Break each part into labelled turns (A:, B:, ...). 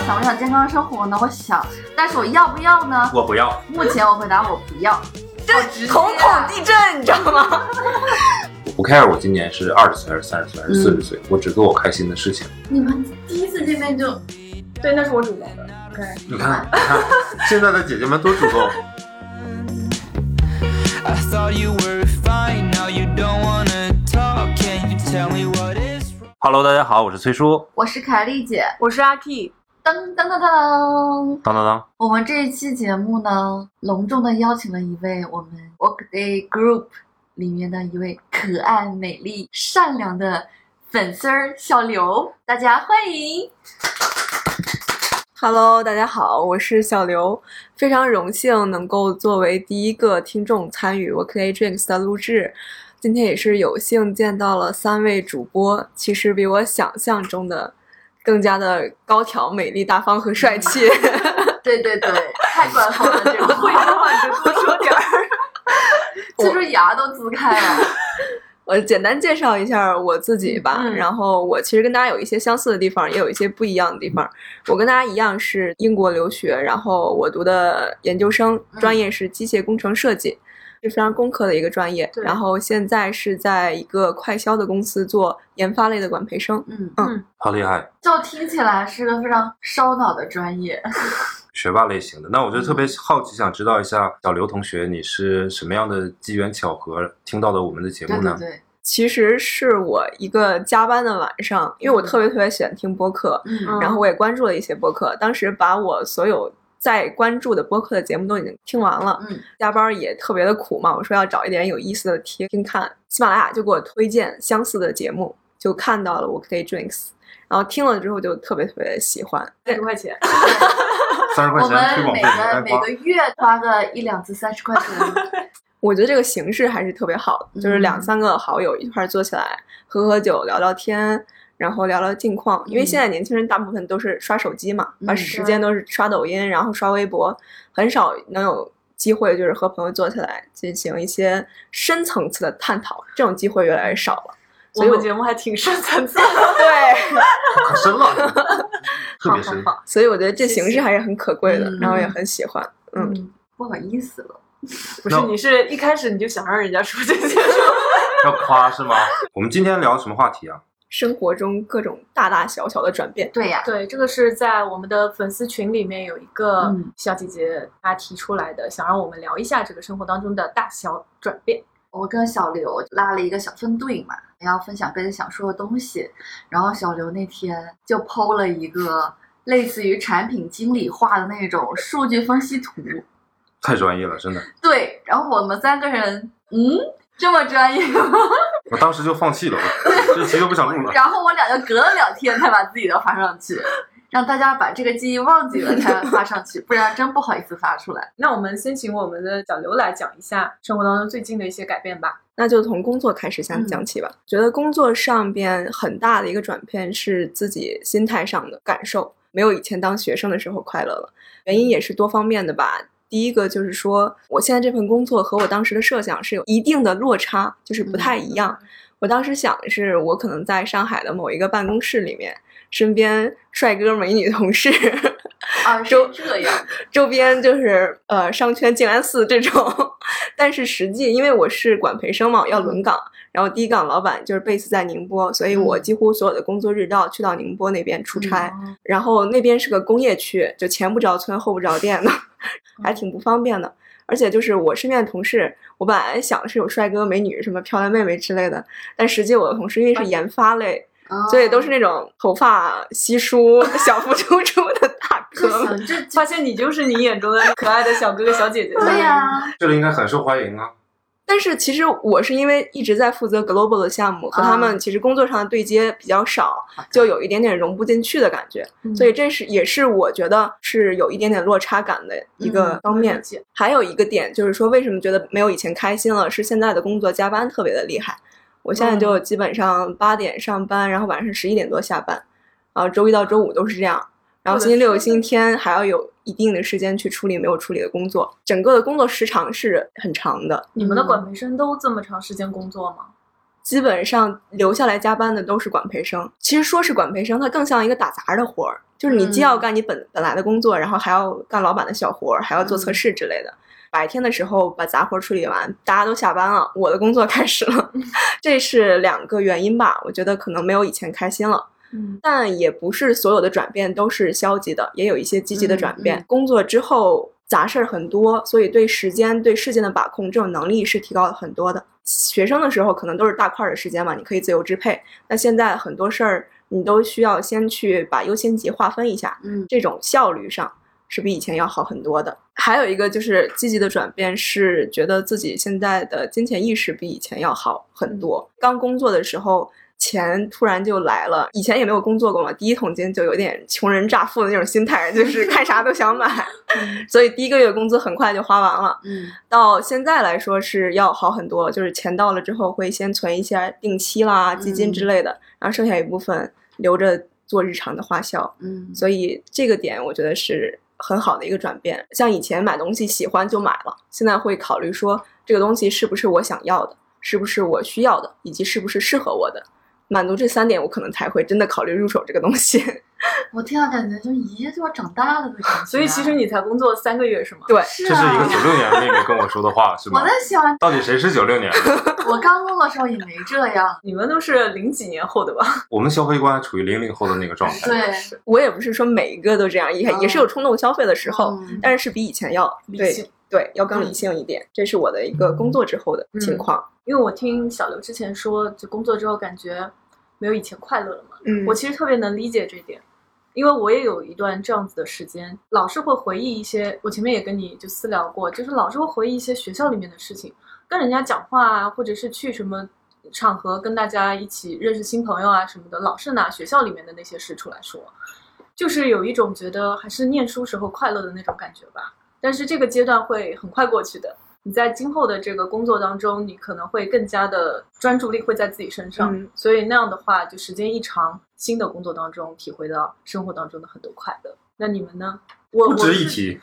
A: 想不想健康的生活呢？我想，但是我要不要呢？
B: 我不要，
A: 目前我回答我不要。
C: 这
A: 直接啊
C: 瞳孔 地震，你知道吗？
B: 我不 care 我今年是二十岁还是三十岁还是四十
A: 嗯
B: 岁，我只做我开心的事情。
A: 你们第一次见面就
D: 对，那是我主动的。
B: 你看，你看，现在的姐姐们多主动。
E: I thought you were fine, now you don't wanna talk. Can you tell me what is wrong?
B: Hello，大家好，我是崔叔，
A: 我是凯丽姐，
C: 我是阿 K，
A: 噔噔噔噔！
B: 当当当，
A: 我们这一期节目呢，隆重的邀请了一位我们 Workday Group 里面的一位可爱、美丽、善良的粉丝儿小刘，大家欢迎！
D: Hello，大家好，我是小刘，非常荣幸能够作为第一个听众参与 Workday Drinks 的录制。今天也是有幸见到了三位主播，其实比我想象中的更加的高挑、美丽、大方和帅 气。
A: 对对对， 太官方了，这个会的话你就 多说点儿，就是牙都呲开了。
D: 我呃简单介绍一下我自己吧，
A: 嗯
D: 然后我其实跟大家有一些相似的地方，也有一些不一样的地方。我跟大家一样是英国留学，然后我读的研究生
A: 嗯
D: 专业是机械工程设计，是非常工科的一个专业。
C: 对
D: 然后现在是在一个快销的公司做研发类的管培生。
A: 嗯，
B: 好厉害，
A: 就听起来是个非常烧脑的专业。
B: 学霸类型的。那我就特别好奇，想知道一下小刘同学，你是什么样的机缘巧合听到的我们的节
A: 对
B: 目
A: 对
B: 呢？
A: 对，
D: 其实是我一个加班的晚上，因为我特别特别喜欢听播客，
A: 嗯
C: 嗯
D: 然后我也关注了一些播客，当时把我所有在关注的播客的节目都已经听完了。
A: 嗯
D: 加班儿也特别的苦嘛，我说要找一点有意思的听听看，喜马拉雅就给我推荐相似的节目，就看到了《Workday Drinks》，然后听了之后就特别特别喜欢。
C: 十块钱，
B: 三十块
A: 我
B: 钱推
A: 们
B: 广
A: 每
B: 费没
A: 个
B: 白
A: 每
B: 花
A: 个。月花个一两次三十块钱，
D: 我觉得这个形式还是特别好的，就是两
A: 嗯
D: 三个好友一块儿坐起来喝喝酒、聊聊天，然后聊聊近况。
C: 嗯
D: 因为现在年轻人大部分都是刷手机嘛，把
A: 嗯
D: 时间都是刷抖音，然后刷微博，很少能有机会就是和朋友坐起来进行一些深层次的探讨，这种机会越来越少了。
C: 我
D: 所以
C: 们节目还挺深层次的。
D: 对。
B: 可 深了，特别深。
A: 好
D: 所以我觉得这形式还是很可贵的，
A: 嗯
D: 然后也很喜欢。嗯，
A: 嗯，不好意思了。
C: 不是，
B: No
C: 你是一开始你就想让人家说这些吗？
B: 要夸是吗？我们今天聊什么话题啊？
D: 生活中各种大大小小的转变，
A: 对呀，
C: 对，这个是在我们的粉丝群里面有一个
A: 嗯
C: 小姐姐她提出来的，想让我们聊一下这个生活当中的大小转变。
A: 我跟小刘拉了一个小分队嘛，要分享各自想说的东西。然后小刘那天就剖了一个类似于产品经理画的那种数据分析图。
B: 太专业了，真的。
A: 对，然后我们三个人，嗯，这么专业吗？
B: 我当时就放弃了，我这期都不想录了。
A: 然后我俩就隔了两天才把自己的发上去，让大家把这个记忆忘记了才发上去，不然真不好意思发出来。
C: 那我们先请我们的小刘来讲一下生活当中最近的一些改变吧。
D: 那就从工作开始讲
A: 嗯
D: 讲起吧。觉得工作上边很大的一个转变是自己心态上的感受，没有以前当学生的时候快乐了。原因也是多方面的吧。第一个就是说，我现在这份工作和我当时的设想是有一定的落差，就是不太一样。
A: 嗯
D: 我当时想的是，我可能在上海的某一个办公室里面，身边帅哥美女同事，
A: 啊，是
D: 周
A: 这样，
D: 周边就是呃商圈静安寺这种， 但是实际因为我是管培生嘛，要轮岗，然后第一岗老板就是 base 在宁波，所以我
A: 嗯
D: 几乎所有的工作日都要去到宁波那边出差，然后那边是个工业区，就前不着村后不着店的，还挺不方便的。而且就是我身边的同事，我本来想的是有帅哥美女、什么漂亮妹妹之类的，但实际我的同事因为是研发类，
A: 啊
D: 所以都是那种头发稀疏、小腹突出的大
A: 这
D: 哥们。
A: 行这这
C: 发现你就是你眼中的可爱的小哥哥小 姐姐。
A: 对呀、
B: 这里应该很受欢迎啊。
D: 但是其实我是因为一直在负责 global 的项目，和他们其实工作上的对接比较少，就有一点点融不进去的感觉，
C: 嗯
D: 所以这是也是我觉得是有一点点落差感的一个
A: 嗯
D: 方面。还有一个点就是说，为什么觉得没有以前开心了？是现在的工作加班特别的厉害，我现在就基本上八点上班，然后晚上十一点多下班，然后周一到周五都是这样。然后星期六、星期天还要有一定的时间去处理没有处理的工作，整个的工作时长是很长的。
C: 你们的管培生都这么长时间工作吗？
D: 基本上留下来加班的都是管培生。其实说是管培生，它更像一个打杂的活儿，就是你既要干你本、本来的工作，然后还要干老板的小活儿，还要做测试之类的。白天的时候把杂活处理完，大家都下班了，我的工作开始了。 这是两个原因吧，我觉得可能没有以前开心了。
C: 嗯
D: 但也不是所有的转变都是消极的，也有一些积极的转
A: 嗯
D: 变。
A: 嗯
D: 工作之后杂事儿很多，所以对时间、对事件的把控这种能力是提高了很多的。学生的时候可能都是大块儿的时间嘛，你可以自由支配。那现在很多事儿你都需要先去把优先级划分一下，
A: 嗯，
D: 这种效率上是比以前要好很多的。还有一个就是积极的转变，是觉得自己现在的金钱意识比以前要好很多。刚工作的时候。钱突然就来了，以前也没有工作过嘛，第一桶金就有点穷人乍富的那种心态，就是看啥都想买， 所以第一个月工资很快就花完了。
A: 嗯
D: 到现在来说是要好很多，就是钱到了之后会先存一些定期啦、基金之类的，然后剩下一部分留着做日常的花销。
A: 嗯，
D: 所以这个点我觉得是很好的一个转变。像以前买东西喜欢就买了，现在会考虑说这个东西是不是我想要的，是不是我需要的，以及是不是适合我的。满足这三点，我可能才会真的考虑入手这个东西。
A: 我听到感觉就一夜就要长大了的感觉。啊
C: 所以其实你才工作三个月是吗？
D: 对，
A: 是
B: 这是一个
A: 啊，
B: 九六年的妹妹跟我说的话，是吗
A: 我？在想，
B: 到底谁是九六年？
A: 我刚工作的时候也没这样，
C: 你们都是零几年后的吧？
B: 我们消费观还处于零零后的那个状态。
A: 对，
D: 我也不是说每一个都这样，也也是有冲动消费的时候，
A: 嗯
D: 但是是比以前要
C: 嗯理
D: 对
C: 性嗯
D: 对要更理性一点。这是我的一个工作之后的情况。
C: 因为我听小刘之前说，就工作之后感觉没有以前快乐了嘛。
D: 嗯
C: 我其实特别能理解这一点，因为我也有一段这样子的时间，老是会回忆一些，我前面也跟你就私聊过，就是老是会回忆一些学校里面的事情，跟人家讲话啊，或者是去什么场合跟大家一起认识新朋友啊什么的，老是拿学校里面的那些事出来说，就是有一种觉得还是念书时候快乐的那种感觉吧。但是这个阶段会很快过去的。你在今后的这个工作当中，你可能会更加的专注力会在自己身上，
D: 嗯
C: 所以那样的话，就时间一长，新的工作当中体会到生活当中的很多快乐。那你们呢？我
B: 不值一
C: 我是
B: 提。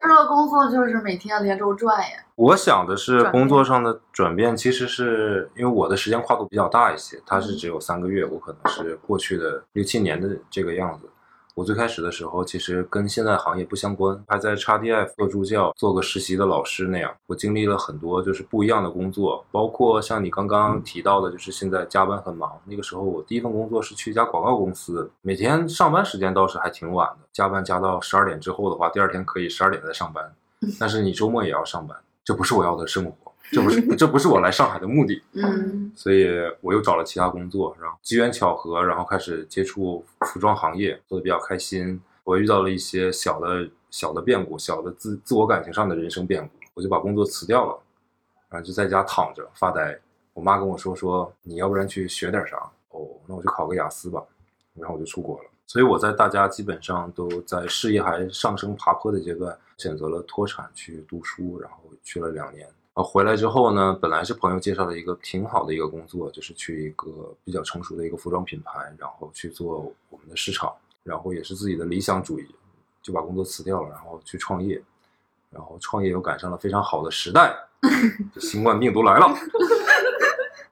A: 这个工作就是每天连轴转呀。
B: 我想的是，
C: 转变
B: 工作上的转变其实是因为我的时间跨度比较大一些，它
C: 嗯
B: 是只有三个月，我可能是过去的六七年的这个样子。我最开始的时候，其实跟现在行业不相关，还在 XDF 做助教，做个实习的老师那样。我经历了很多就是不一样的工作，包括像你刚刚提到的，就是现在加班很忙。那个时候我第一份工作是去一家广告公司，每天上班时间倒是还挺晚的，加班加到十二点之后的话，第二天可以十二点再上 班，但是你周末也要上班。这不是我要的生活，这不是这不是我来上海的目的，
A: 嗯，
B: 所以我又找了其他工作，然后机缘巧合，然后开始接触服装行业，做的比较开心。我遇到了一些小的小的变故，小的自自我感情上的人生变故，我就把工作辞掉了，然后就在家躺着发呆。我妈跟我说说，你要不然去学点啥？哦，那我就考个雅思吧。然后我就出国了。所以我在大家基本上都在事业还上升爬坡的阶段，选择了脱产去读书，然后去了两年。啊，回来之后呢，本来是朋友介绍了一个挺好的一个工作，就是去一个比较成熟的一个服装品牌，然后去做我们的市场，然后也是自己的理想主义，就把工作辞掉了，然后去创业，然后创业又赶上了非常好的时代，就新冠病毒来了。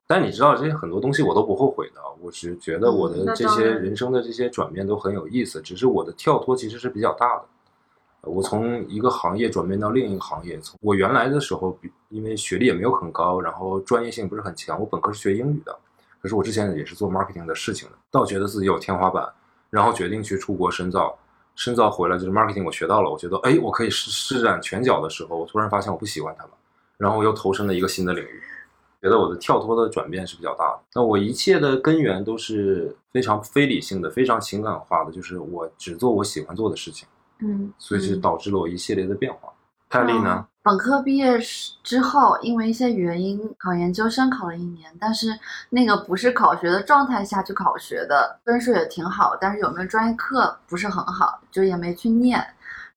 B: 但你知道，这些很多东西我都不后悔的，我只觉得我的
C: 嗯那
B: 这
C: 当
B: 些
C: 然
B: 人生的这些转变都很有意思，只是我的跳脱其实是比较大的。呃我从一个行业转变到另一个行业，从我原来的时候，比因为学历也没有很高，然后专业性不是很强，我本科是学英语的，可是我之前也是做 marketing 的事情的，倒觉得自己有天花板，然后决定去出国深造。深造回来就是 marketing，我学到了，我觉得哎，我可以施施展拳脚的时候，我突然发现我不喜欢它了，然后我又投身了一个新的领域，觉得我的跳脱的转变是比较大的。那我一切的根源都是非常非理性的、非常情感化的，就是我只做我喜欢做的事情，
C: 嗯，哦
B: 所以是导致了我一系列的变化。泰利呢？
A: 本科毕业时之后，因为一些原因考研究生考了一年，但是那个不是考学的状态下去考学的，分数也挺好，但是有没有专业课不是很好，就也没去念。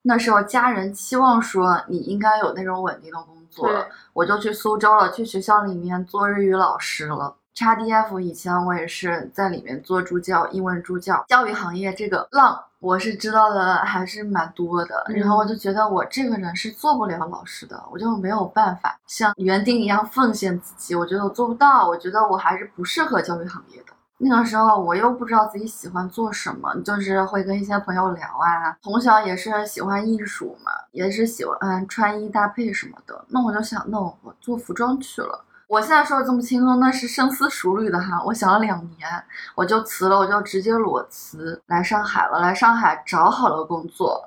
A: 那时候家人期望说你应该有那种稳定的工作，
C: 对
A: 我就去苏州了，去学校里面做日语老师了。 XDF 以前我也是在里面做助教，英文助教，教育行业这个浪我是知道的还是蛮多的。
C: 嗯
A: 然后我就觉得我这个人是做不了老师的，我就没有办法像园丁一样奉献自己，我觉得我做不到，我觉得我还是不适合教育行业的。那个时候我又不知道自己喜欢做什么，就是会跟一些朋友聊啊。从小也是喜欢艺术嘛，也是喜欢嗯穿衣搭配什么的。那我就想，那我做服装去了。我现在说的这么轻松，那是深思熟虑的哈。我想了两年，我就辞了，我就直接裸辞来上海了。来上海找好了工作，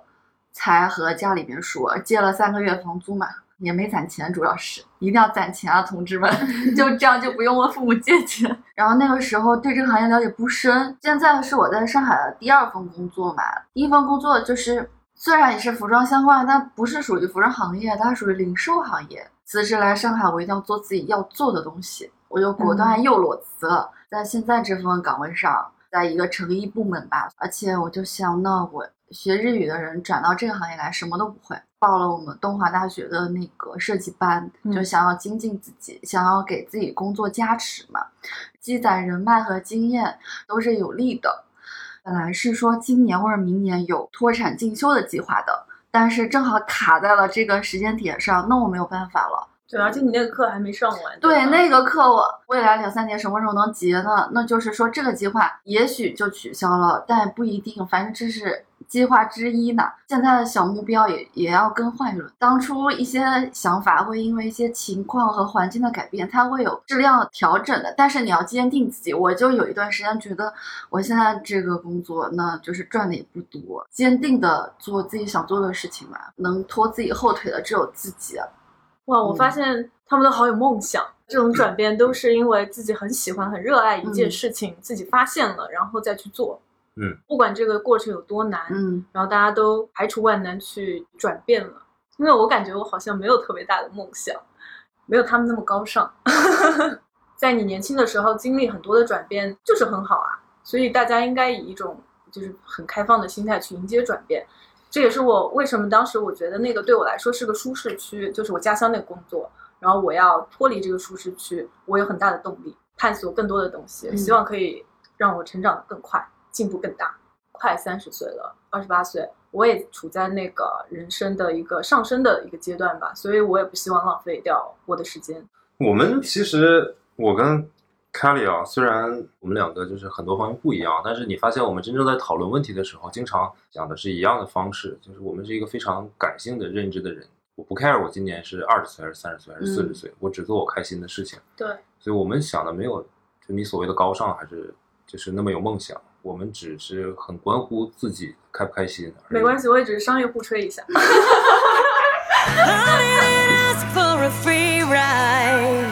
A: 才和家里边说借了三个月房租嘛，也没攒钱，主要是一定要攒钱啊，同志们， 就这样就不用问父母借钱。然后那个时候对这个行业了解不深，现在是我在上海的第二份工作嘛，第一份工作就是虽然也是服装相关，但不是属于服装行业，它属于零售行业。辞职来上海，我一定要做自己要做的东西，我就果断又裸辞了，在现在这份岗位上，在一个成衣部门吧，而且我就想，那我学日语的人转到这个行业来，什么都不会。报了我们东华大学的那个设计班，
C: 嗯
A: 就想要精进自己，想要给自己工作加持嘛。积攒人脉和经验都是有利的。本来是说今年或者明年有脱产进修的计划的，但是正好卡在了这个时间点上，那我没有办法了。
C: 对，而且你那个课还没上完。
A: 对
B: 嗯
C: 吧
A: 那个课，我未来两三年什么时候能结呢？那就是说这个计划也许就取消了，但也不一定，反正这是计划之一呢。现在的小目标也也要更换一轮。当初一些想法会因为一些情况和环境的改变，它会有质量调整的，但是你要坚定自己。我就有一段时间觉得我现在这个工作呢，就是赚的也不多，坚定的做自己想做的事情吧，能拖自己后腿的只有自己。
C: 哇，我发
A: 嗯
C: 现他们都好有梦想。这种转变都是因为自己很喜欢、很热爱一件
A: 嗯
C: 事情，自己发现了，然后再去做。
B: 嗯，
C: 不管这个过程有多难，
A: 嗯，
C: 然后大家都排除万难去转变了。因为我感觉我好像没有特别大的梦想，没有他们那么高尚。 在你年轻的时候经历很多的转变，就是很好啊。所以大家应该以一种就是很开放的心态去迎接转变。这也是我为什么当时我觉得那个对我来说是个舒适区，就是我家乡那个工作，然后我要脱离这个舒适区，我有很大的动力探索更多的东西，
A: 嗯
C: 希望可以让我成长得更快，进步更大。快三十岁了，二十八岁，我也处在那个人生的一个上升的一个阶段吧，所以我也不希望浪费掉我的时间。
B: 我们其实我跟 Kelly 啊，虽然我们两个就是很多方面不一样，但是你发现我们真正在讨论问题的时候，经常讲的是一样的方式，就是我们是一个非常感性的认知的人。我不 care 我今年是二十岁还是三十岁还是四
C: 嗯
B: 十岁，我只做我开心的事情。
C: 对，
B: 所以我们想的没有就你所谓的高尚，还是就是那么有梦想。我们只是很关乎自己开不开心。
C: 没关。系，我也只是商业互吹一下。
F: only ask for a free ride.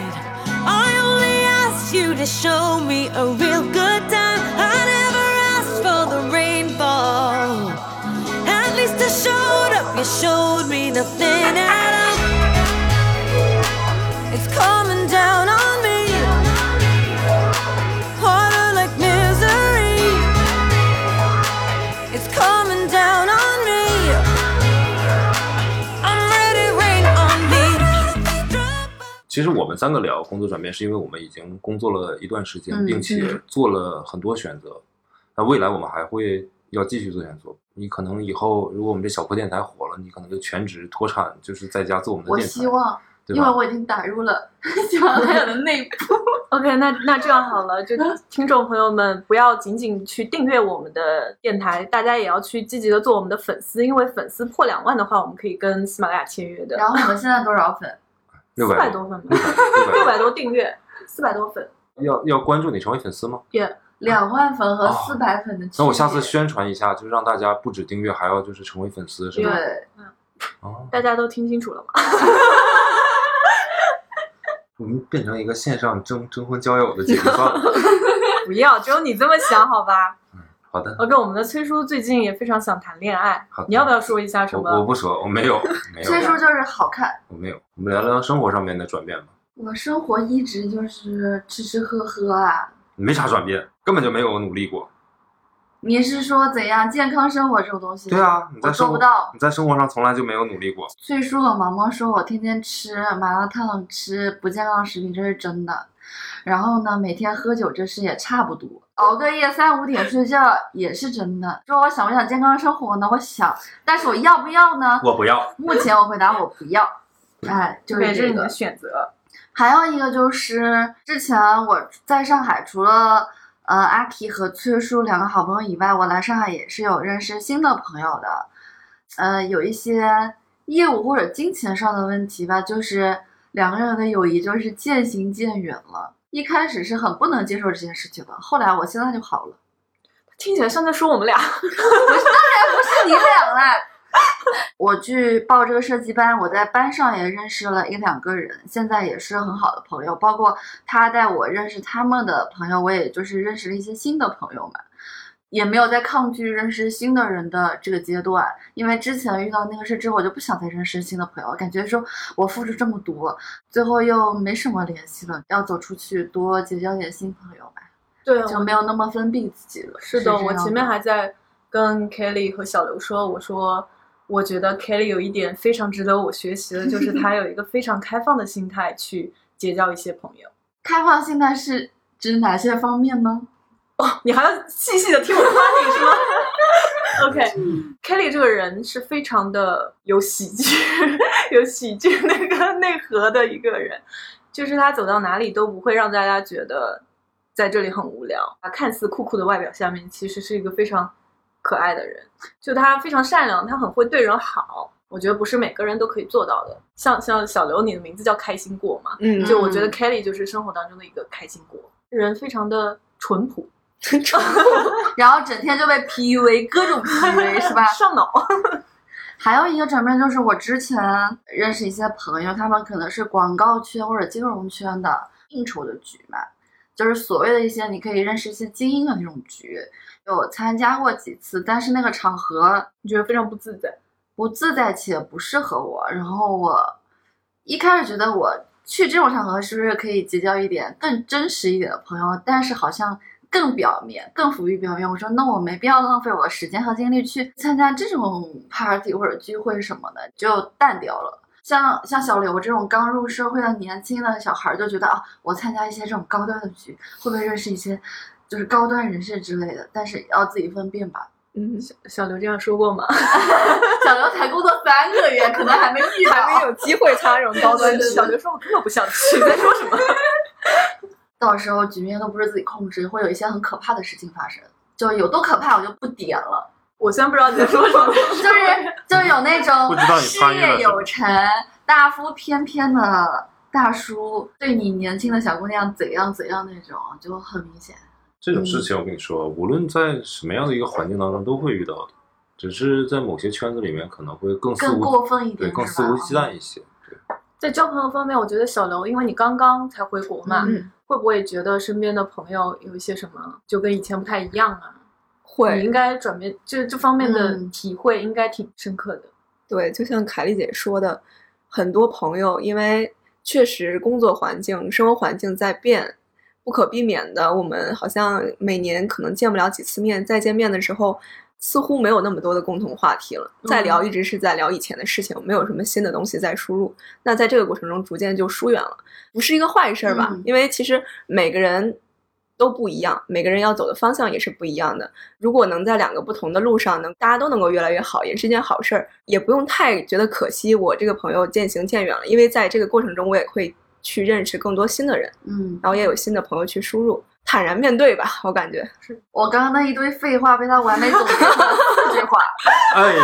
F: I only asked you to show me a real good time. I never asked for the rainfall. At least I showed up, you showed me nothing at all. It's coming down on me. Harder like misery. It's coming down on me. I'm ready, rain on me.
B: 其实我们三个聊工作转变，是因为我们已经工作了一段时间，
A: 嗯
B: 并且
A: 嗯
B: 做了很多选择。那未来我们还会要继续做选择。你可能以后如果我们这小破电台火了，你可能就全职脱产，就是在家做我们的
A: 我
B: 电台
A: 希，望。
B: 对
A: 因为
B: 吧？
A: 我已经打入了喜马拉雅的内部。
C: OK，那那这样好了， 就听众朋友们不要仅仅去订阅我们的电台，大家也要去积极的做我们的粉丝，因为粉丝破两万的话，我们可以跟喜马拉雅签约的。
A: 然后我们现在多少粉？
B: 六
C: 四
B: 百
C: 百多粉 吧，六
B: 六
C: 百多订阅，四百多粉，
B: 百要要关注你成为粉丝吗？
A: 两万粉和
B: 哦
A: 四百粉的区别。
B: 那我下次宣传一下，就让大家不止订阅，还要就是成为粉丝，是吧？
A: 对，
B: 哦，
C: 大家都听清楚了吗？
B: 我们变成一个线上征征婚交友的节目算 了。
C: 不要，只有你这么想好吧
B: 好的，
C: ？OK，我们的崔叔最近也非常想谈恋爱
B: 好的，
C: 你要不要说一下什
B: 我我
C: 么？
B: 不说，我没有，没有
A: 所以，说就是好看。
B: 我没有。我们聊聊生活上面的转变吧。
A: 我生活一直就是吃吃喝喝啊。
B: 没啥转变，根本就没有努力过。
A: 嗯你是说怎样健康生活这种东西？
B: 对，啊，你在
A: 我做
B: 生
A: 不
B: 活
A: 到。
B: 你在生活上从来就没有努力过。
A: 岁数和毛毛说我天天吃麻辣烫、吃不健康食品，这是真的。然后呢，每天喝酒这事也差不多，熬个夜三五点睡觉也是真的。说我想不想健康生活呢？我想，但是我要不要呢？
B: 我不要，
A: 目前我回答我不要。哎，就
C: 也
A: 是
C: 是
A: 这
C: 你
A: 个
C: 的。选择。
A: 还有一个就是之前我在上海，除了呃阿奇和崔叔两个好朋友以外，我来上海也是有认识新的朋友的。呃，有一些业务或者金钱上的问题吧，就是两个人的友谊就是渐行渐远了。一开始是很不能接受这件事情的，后来我现在就好了。
C: 听起来像在说我 们俩。
A: 不是你俩啦。 我去报这个设计班，我在班上也认识了一两个人，现在也是很好的朋友。包括他带我认识他们的朋友，我也就是认识了一些新的朋友们，也没有在抗拒认识新的人的这个阶段。因为之前遇到那个事之后，我就不想再认识新的朋友，感觉说我付出这么多，最后又没什么联系了，要走出去多结交点新朋友吧，
C: 对，
A: 就没有那么封闭自己了。
C: 是
A: 这
C: 的，
A: 样
C: 我前面还在跟 Kelly 和小刘说，我说我觉得 Kelly 有一点非常值得我学习的，就是他有一个非常开放的心态去结交一些朋友。
A: 开放性态是指哪些方面呢？
C: 你还要细细的听我发你是吗？OK，Kelly、这个人是非常的有喜剧、有喜剧那个内核的一个人，就是他走到哪里都不会让大家觉得在这里很无聊。他看似酷酷的外表下面，其实是一个非常可爱的人，就他非常善良，他很会对人好。我觉得不是每个人都可以做到的。像像小刘，你的名字叫开心果嘛？
D: 嗯，
C: 就我觉得 Kelly 就是生活当中的一个开心果，人非常的淳朴。？
A: 然后整天就被 PUA，各种 PUA 是吧
C: 上脑。
A: 还有一个转变就是，我之前认识一些朋友，他们可能是广告圈或者金融圈的应酬的局嘛，就是所谓的一些你可以认识一些精英的那种局，有参加过几次，但是那个场合
C: 你觉得非常不自在。
A: 不自在且不适合我。然后我一开始觉得我去这种场合是不是可以结交一点更真实一点的朋友，但是好像更表面，更浮于表面。我说那我没必要浪费我的时间和精力去参加这种 party 或者聚会什么的，就淡掉了。像像小刘这种刚入社会的年轻的小孩，就觉得啊，我参加一些这种高端的局，会不会认识一些就是高端人士之类的？但是要自己分辨吧。
D: 嗯，
C: 小刘这样说过吗？
A: 小刘才工作三个月，可能还没遇到，
D: 还没有机会擦这种高端
C: 小刘说：“我根本不想去，你在说什么
A: 到时候局面都不是自己控制，会有一些很可怕的事情发生。就有多可怕，我就不点了。？”
C: 我虽然不知道你在说什么，
A: 就是就有那
B: 不
A: 种
B: 知道你
A: 事
B: 穿越
A: 业
B: 了什么
A: 有成、大腹翩翩的大叔，对你年轻的小姑娘怎样怎样那种，就很明显。
B: 这
A: 嗯
B: 种事情我跟你说，无论在什么样的一个环境当中都会遇到的，只是在某些圈子里面可能会更肆
A: 更
B: 无
A: 过分一点
B: 对，更
A: 是
B: 肆无
A: 吧
B: 忌惮一些。对，
C: 在交朋友方面，我觉得小刘，因为你刚刚才回国嘛，
A: 嗯
C: 会不会觉得身边的朋友有一些什么就跟以前不太一样啊？你
D: 会
C: 应该转变，就是这方面的
A: 嗯
C: 体会应该挺深刻的。
D: 对，就像凯丽姐说的，很多朋友因为确实工作环境、生活环境在变，不可避免的，我们好像每年可能见不了几次面，再见面的时候，似乎没有那么多的共同话题了。再聊一直是在聊以前的事情，没有什么新的东西在输入。那在这个过程中，逐渐就疏远了，不是一个坏事儿吧？
A: 嗯
D: 因为其实每个人。都不一样，每个人要走的方向也是不一样的。如果能在两个不同的路上能大家都能够越来越好，也是一件好事儿，也不用太觉得可惜。我这个朋友渐行渐远了，因为在这个过程中，我也会去认识更多新的人。
A: 嗯，
D: 然后也有新的朋友去输入，坦然面对吧，我感觉。
A: 我刚刚那一堆废话被他完美总结成了四句话。
B: 哎，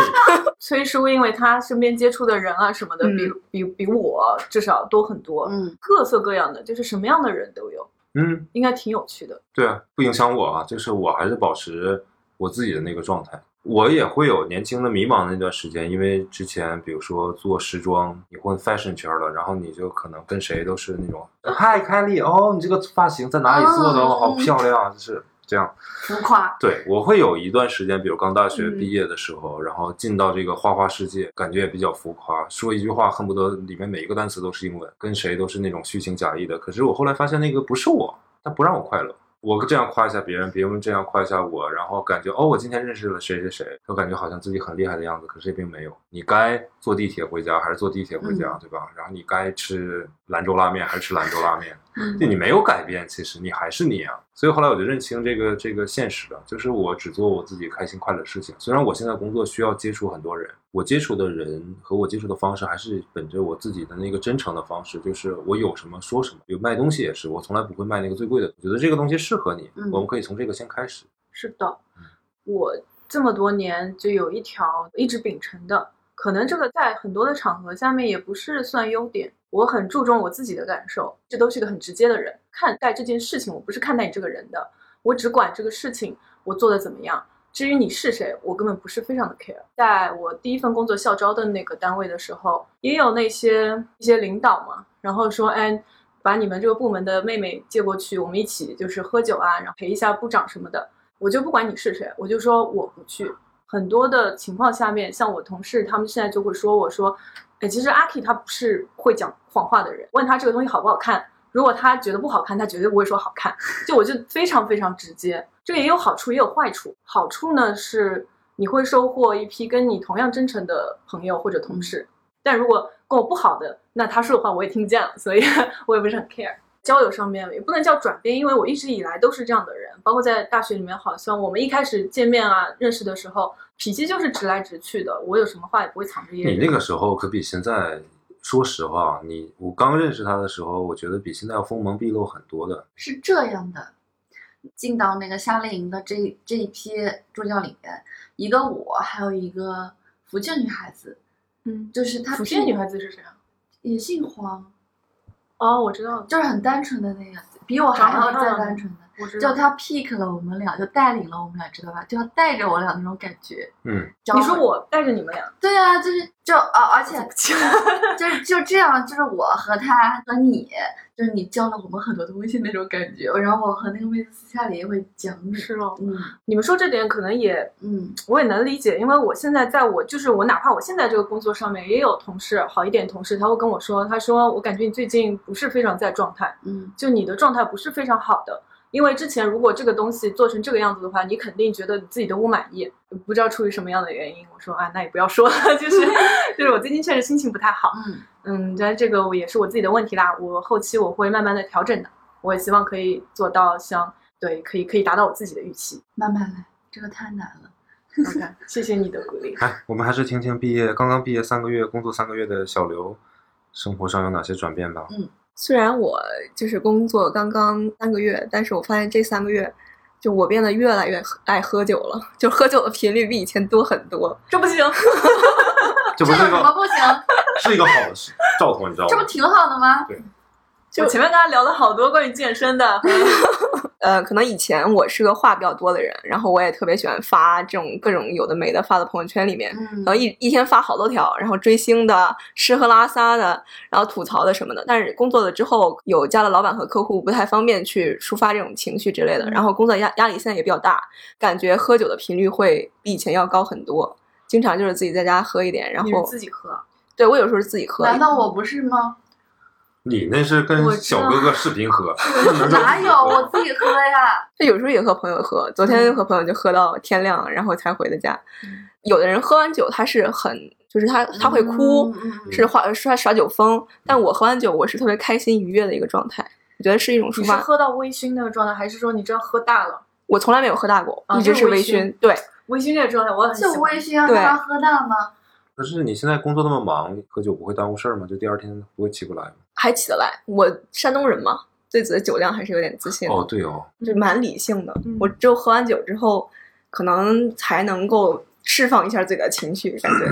C: 崔叔，因为他身边接触的人啊什么的，
D: 嗯
C: 比比比我至少多很多，
A: 嗯，
C: 各色各样的，就是什么样的人都有，
B: 嗯，
C: 应该挺有趣的。
B: 对啊，不影响我啊，就是我还是保持我自己的那个状态。我也会有年轻的迷茫那段时间，因为之前比如说做时装，你混 fashion 圈了，然后你就可能跟谁都是那种，嗨，凯莉，哦，你这个发型在哪里做的？哦，好漂亮啊，就是这样。
A: 浮夸。
B: 对，我会有一段时间，比如刚大学
D: 嗯
B: 毕业的时候，然后进到这个花花世界，感觉也比较浮夸，说一句话恨不得里面每一个单词都是英文，跟谁都是那种虚情假意的。可是我后来发现那个不是我，他不让我快乐。我这样夸一下别人，别人这样夸一下我，然后感觉哦，我今天认识了谁谁谁，就感觉好像自己很厉害的样子，可是也并没有。你该坐地铁回家还是坐地铁回家，对吧？然后你该吃兰州拉面还是吃兰州拉面，就你没有改变，其实你还是你啊。所以后来我就认清这个这个现实了，就是我只做我自己开心快乐的事情。虽然我现在工作需要接触很多人，我接触的人和我接触的方式还是本着我自己的那个真诚的方式，就是我有什么说什么。有卖东西也是，我从来不会卖那个最贵的，我觉得这个东西适合你
A: 嗯，
B: 我们可以从这个先开始。
C: 是的，我这么多年就有一条一直秉承的，可能这个在很多的场合下面也不是算优点。我很注重我自己的感受，这都是个很直接的人。看待这件事情，我不是看待你这个人的，我只管这个事情我做的怎么样。至于你是谁，我根本不是非常的 care。在我第一份工作校招的那个单位的时候，也有那些一些领导嘛，然后说，哎，把你们这个部门的妹妹借过去，我们一起就是喝酒啊，然后陪一下部长什么的。我就不管你是谁，我就说我不去。很多的情况下面，像我同事他们现在就会说我说，哎，其实阿 K 他不是会讲谎话的人，问他这个东西好不好看，如果他觉得不好看，他绝对不会说好看。 就我就非常非常直接，这个也有好处也有坏处。好处呢是你会收获一批跟你同样真诚的朋友或者同事，但如果跟我不好的，那他说的话我也听见了，所以 我也不是很 care。交友上面也不能叫转变，因为我一直以来都是这样的人，包括在大学里面，好像我们一开始见面啊、认识的时候，脾气就是直来直去的，我有什么话也不会藏着掖着。
B: 你那个时候可比现在，说实话，啊你我刚认识他的时候，我觉得比现在要锋芒毕露很多的。
A: 是这样的，进到那个夏令营的这这一批助教里面，一个我，还有一个福建女孩子，
C: 嗯，
A: 就是她
C: 福建女孩
A: 子
C: 子是谁啊？
A: 也姓黄，
C: 哦，我知道了，
A: 就是很单纯的那个，比我还要再单纯的。
C: 啊我知道
A: 就
C: 了。
A: 她 pick 了我们俩，就带领了我们俩，知道吧？就要带着我俩那种感觉。
B: 嗯，
A: 知道
C: 你
A: 吗
C: 说我带着你们俩，
A: 对啊，就是就啊，而且就是就这样，就是我和他和你，就是你教了我们很多东西那种感觉。然后我和那个妹子私下里也会讲你，
C: 是哦。
A: 嗯
C: 你们说这点可能也
A: 嗯
C: 我也能理解，因为我现在在我就是我，哪怕我现在这个工作上面也有同事好一点同事，他会跟我说，他说我感觉你最近不是非常在状态，
A: 嗯
C: 就你的状态不是非常好的。因为之前如果这个东西做成这个样子的话，你肯定觉得你自己都不满意，不知道出于什么样的原因。我说啊，那也不要说了， 就是就是我最近确实心情不太好，
A: 嗯，
C: 嗯，但这个我也是我自己的问题啦，我后期我会慢慢的调整的，我也希望可以做到像对可以可以达到我自己的预期。
A: 慢慢来，这个太难了。
C: OK，谢谢你的鼓励。
B: 哎，我们还是听听毕业刚刚毕业三个月、工作三个月的小刘，生活上有哪些转变吧？
D: 虽然我就是工作刚刚三个月，但是我发现这三个月，就我变得越来越喝爱喝酒了，就喝酒的频率比以前多很多。
C: 这 不行，
A: 这
B: 这不
A: 有
B: 是一
A: 什么
B: 个
A: 不行？
B: 是一个好的事兆头，你知道
A: 这不
B: 吗？
A: 挺好的吗？
C: 就前面跟他聊了好多关于健身的，
D: 呃，可能以前我是个话比较多的人，然后我也特别喜欢发这种各种有的没的发到朋友圈里面，
A: 嗯
D: 然后一一天发好多条，然后追星的、吃喝拉撒的，然后吐槽的什么的。但是工作了之后，有家的老板和客户不太方便去抒发这种情绪之类
C: 嗯
D: 的，然后工作压压力现在也比较大，感觉喝酒的频率会比以前要高很多。经常就是自己在家喝一点，然
C: 你是
D: 后
C: 自己喝，
D: 对我有时候是自己喝，
A: 难道我不是吗？
B: 你那是跟
C: 我知道
B: 小哥哥视频 喝，
A: 哪有我自己喝呀？
D: 这有时候也和朋友喝，昨
C: 嗯
D: 天和朋友就喝到天亮，然后才回的家。有的人喝完酒他是很，就是他 他会哭，
A: 嗯嗯嗯
D: 是耍耍耍酒疯，
C: 嗯
D: 但我喝完酒我是特别开心愉悦的一个状态，我觉得是一种抒
C: 你是
D: 发。
C: 喝到微醺那个状态，还是说你真喝大了？
D: 我从来没有喝大过，
C: 啊
D: 一直
C: 就是是微
D: 微
C: 醺
D: 醺。对，
C: 微醺这个状态我很喜
A: 就
C: 欢
A: 微。醺让
D: 对
A: 他喝大吗？
B: 可是你现在工作那么忙，喝酒不会耽误事儿吗？就第二天不会起不来吗？
D: 还起得来。我山东人嘛，对自己的酒量还是有点自信的，
B: 哦，对哦，
D: 就蛮理性的。
C: 嗯
D: 我只有喝完酒之后，可能才能够释放一下自己的情绪，感 觉。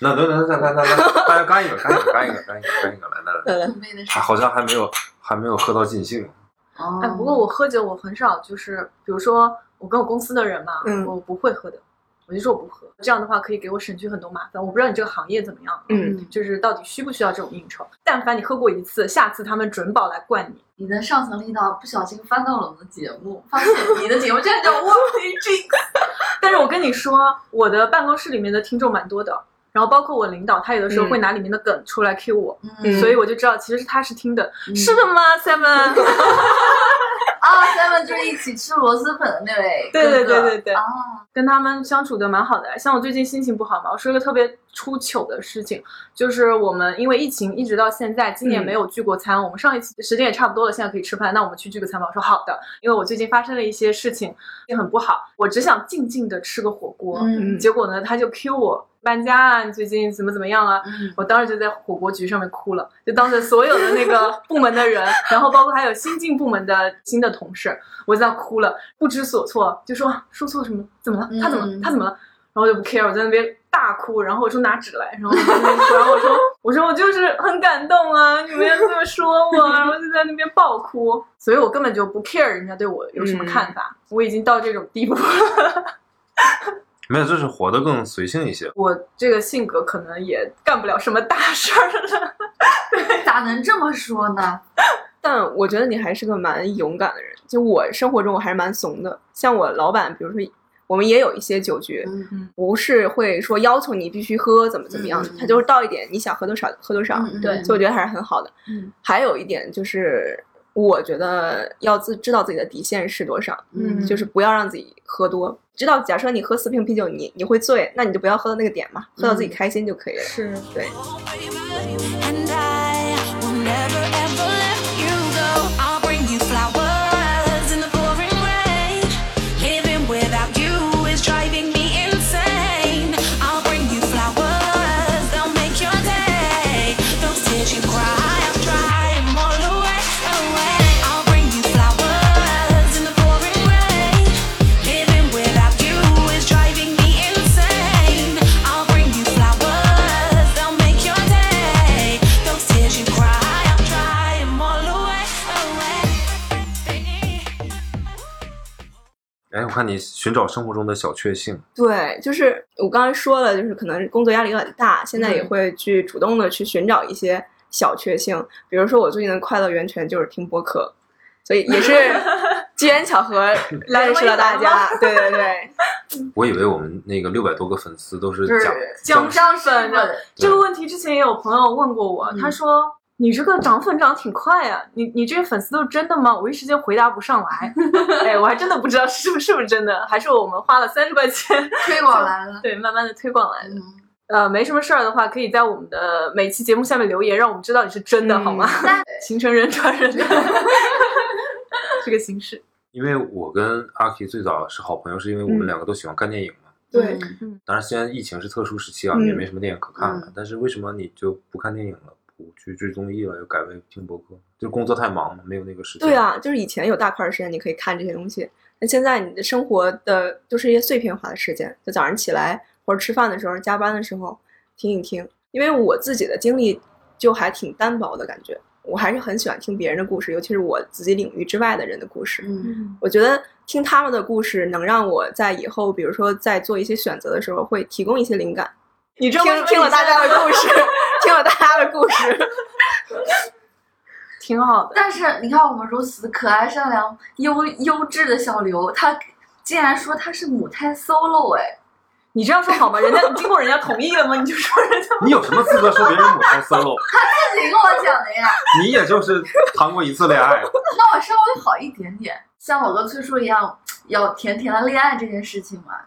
B: 那那那那那那那，大家干一个，干一个，干一个，干一个，干一个，来来来，
D: 对对
A: 准备的是
B: 还好像还没有还没有喝到尽兴。
A: 哦
C: 哎，不过我喝酒我很少，就是比如说我跟我公司的人嘛，
D: 嗯
C: 我不会喝的，我就说我不喝，这样的话可以给我省去很多麻烦。我不知道你这个行业怎么样，
D: 嗯，
C: 就是到底需不需要这种应酬？但凡你喝过一次，下次他们准保来灌你。
A: 你的上层领导不小心翻到了我们的节目，发现你的节目居然叫 What They Drink，
C: 但是我跟你说，我的办公室里面的听众蛮多的，然后包括我领导，他有的时候
D: 嗯
C: 会拿里面的梗出来 cue 我，
A: 嗯
C: 所以我就知道其实是他是听的。
A: 嗯
C: 是的吗，Simon？
A: 啊，啊，三文就是一起吃螺蛳粉的那位哥
C: 对
A: 哥，
C: 对对对对，
A: 啊，
C: 跟他们相处的蛮好的。像我最近心情不好嘛，我说一个特别出糗的事情，就是我们因为疫情一直到现在，今年
D: 嗯
C: 没有聚过餐。我们上一次时间也差不多了，现在可以吃饭，那我们去聚个餐吧。我说好的，因为我最近发生了一些事情，也很不好，我只想静静的吃个火锅。
A: 嗯
C: 结果呢，他就 Q 我搬家啊，你最近怎么怎么样啊？
A: 嗯，
C: 我当时就在火锅局上面哭了，就当着所有的那个部门的人，然后包括还有新进部门的新的同事，我在那哭了，不知所措，就说啊说错什么，怎么了？他怎么了
A: 嗯
C: 他怎么了？然后我就不 care，我在那边大哭，然后我说拿纸来，然后我在那边哭，然后我说我说我就是很感动啊，你们要这么说我，然后就在那边爆哭，所以我根本就不 care 人家对我有什么看法，我已经到这种地步了，
B: 没有，就是活得更随性一些。
C: 我这个性格可能也干不了什么大事儿了。
A: 哎咋能这么说呢？
D: 但我觉得你还是个蛮勇敢的人。就我生活中，我还是蛮怂的。像我老板，比如说，我们也有一些酒局，
A: 嗯
D: 不是会说要求你必须喝怎么怎么样的，
A: 嗯嗯
D: 他就是倒一点，你想喝多少喝多少。
A: 嗯嗯
C: 对
A: 嗯
D: 所以我觉得还是很好的。
C: 嗯
D: 还有一点就是，我觉得要自知道自己的底线是多少，
A: 嗯
D: 就是不要让自己喝多。知道，假设你喝四瓶啤酒，你你会醉，那你就不要喝到那个点嘛，喝到自己
A: 嗯
D: 开心就可以了。
C: 是
D: 对。
F: And I will never ever let you go. I'll bring you flowers in the pouring rain. Living without you is driving me insane. I'll bring you flowers, they'll make your day. Those tears you cry, I'll dry 'em all away, away. I'll bring you flowers in the pouring rain. Living without you is driving me insane. I'll bring you flowers, they'll make your day. Those tears you cry, I'll dry 'em all away, away.
B: 哎，我看你寻找生活中的小确幸，
D: 对，就是我刚才说了，就是可能工作压力有点大，现在也
C: 嗯
D: 会去主动的去寻找一些小确幸，比如说我最近的快乐源泉就是听播客，所以也是 机缘巧合
C: 来
D: 认识了大
C: 了吗
D: 家。对对对，
B: 我以为我们那个六百多个粉丝都是
A: 就是
B: 讲
C: 讲
A: 张
C: 粉
A: 的
C: 的，这个问题之前也有朋友问过我，
A: 嗯
C: 他说。你这个涨粉涨挺快呀、你你这些粉丝都是真的吗？我一时间回答不上来， 哎，我还真的不知道是不是不是真的，还是我们花了三十块钱，
A: 推广来了。
C: 对，慢慢的推广来的。
A: 嗯，
C: 呃，没什么事儿的话，可以在我们的每期节目下面留言，让我们知道你是真的，
D: 嗯
C: 好吗？
A: 那
C: 形成人传人 的这个形式，
B: 因为我跟阿 K 最早是好朋友，是因为我们
D: 嗯
B: 两个都喜欢看电影嘛。
D: 对
A: 嗯
B: 当然，现在疫情是特殊时期啊，
D: 嗯
B: 也没什么电影可看了。
A: 嗯
B: 但是为什么你就不看电影了，不去追综艺了，又改为听播客？就是工作太忙了，没有那个时间。
D: 对，啊，就是以前有大块儿的时间你可以看这些东西，那现在你的生活的都是一些碎片化的时间，就早上起来或者吃饭的时候、加班的时候听一听。因为我自己的经历就还挺单薄的感觉，我还是很喜欢听别人的故事，尤其是我自己领域之外的人的故事。
A: 嗯
D: 我觉得听他们的故事能让我在以后，比如说在做一些选择的时候，会提供一些灵感。
C: 你知道为什
D: 听听了
C: 么你现
D: 大家
C: 在
D: 的故事，听了大家的故事，
C: 挺好的，
A: 但是你看，我们如此可爱、善良、优优质的小刘，他竟然说他是母胎 solo 哎，
C: 你这样说好吗？人家你经过人家同意了 吗？你就说人家
B: 你有什么资格说别人母胎 solo？
A: 自己跟我讲的呀。
B: 你也就是谈过一次恋爱，
A: 那我稍微好一点点，像我跟崔叔一样，要甜甜的恋爱这件事情嘛。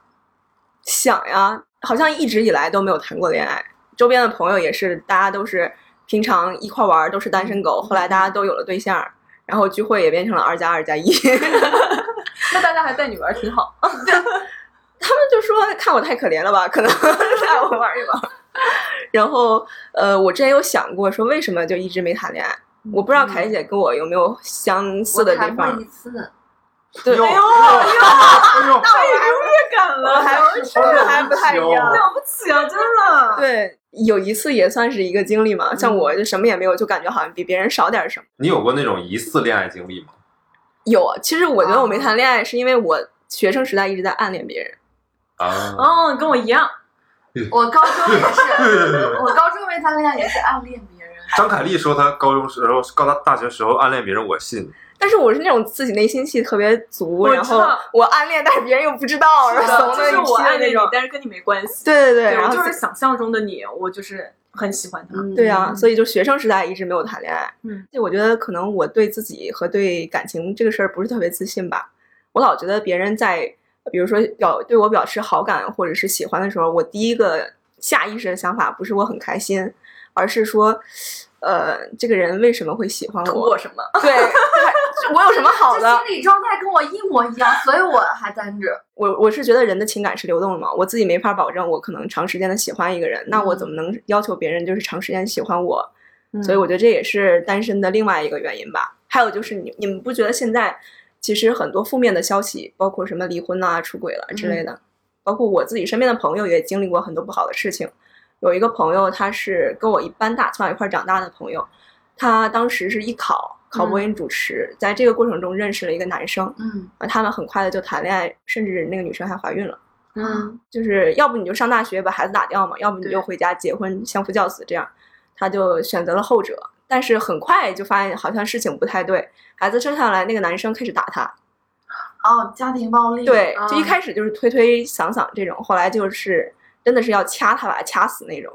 D: 想呀，好像一直以来都没有谈过恋爱，周边的朋友也是，大家都是平常一块玩儿都是单身
A: 嗯
D: 狗，后来大家都有了对象儿，然后聚会也变成了二加二加一。
C: 那大家还带你玩儿，挺好。
D: 他们就说看我太可怜了吧， 可能带我玩一玩。然后，呃，我之前有想过说为什么就一直没谈恋爱，我不知道凯姐跟我有没有相
A: 嗯
D: 似
A: 我
D: 的地
A: 谈过
D: 方
A: 一。次，
D: 对，
B: 哟
D: 我
B: 哎呦哎呦，
C: 太优越感了，
D: 还
B: 好
D: 我
B: 了
D: 还不太一样。
C: 了不起啊，真的。，
D: 对，有一次也算是一个经历嘛。
A: 嗯
D: 像我就什么也没有，就感觉好像比别人少点儿什么。
B: 你有过那种疑似恋爱经历吗？
D: 有，啊其实我觉得
C: 啊
D: 我没谈恋爱是因为我学生时代一直在暗恋别人。
B: 啊，
C: 哦，跟我一样，
A: 我高中也是，我高中没谈恋爱也是暗恋别人。
B: 张凯丽说她高中时候、高大大学时候暗恋别人，我信。
D: 但是我是那种自己内心戏特别足，
C: 我
D: 然后
C: 知道
D: 我暗恋，但是别人又不知道，然
C: 是
D: 后
C: 的，
D: 怂
C: 就
D: 的一
C: 是我
D: 批的
C: 暗
D: 那
C: 恋你
D: 种，。
C: 但是跟你没关系。
D: 对对对，
C: 我
D: 然后
C: 就是想象中的你，我就是很喜欢他。
A: 嗯
D: 对啊，所以就学生时代一直没有谈恋爱。
C: 嗯，
D: 就我觉得可能我对自己和对感情这个事儿不是特别自信吧。我老觉得别人在，比如说表对我表示好感或者是喜欢的时候，我第一个下意识的想法不是我很开心，而是说，呃，这个人为什么会喜欢
C: 图
D: 我
C: 我？什么？
D: 对，他我有什么好的
A: 这？心理状态跟我一模一样，所以我还单着。
D: 我我是觉得人的情感是流动的嘛，我自己没法保证我可能长时间的喜欢一个人，那
C: 嗯
D: 我怎么能要求别人就是长时间喜欢我？所以我觉得这也是单身的另外一个原因吧。还有就是你你们不觉得现在其实很多负面的消息，包括什么离婚啦、出轨了之类的，包括我自己身边的朋友也经历过很多不好的事情。有一个朋友，他是跟我一般大，从小一块儿长大的朋友，他当时是艺考考播音主持，在这个过程中认识了一个男生，
A: 嗯
D: 啊，他们很快的就谈恋爱，甚至那个女生还怀孕了。
A: 嗯
D: 就是要不你就上大学把孩子打掉嘛，要不你
C: 对
D: 就回家结婚相夫教子这样。他就选择了后者，但是很快就发现好像事情不太对，孩子生下来那个男生开始打他，
A: 哦，家庭暴力。
D: 对，
A: 嗯
D: 就一开始就是推推搡搡这种，后来就是真的是要掐他把他掐死那种，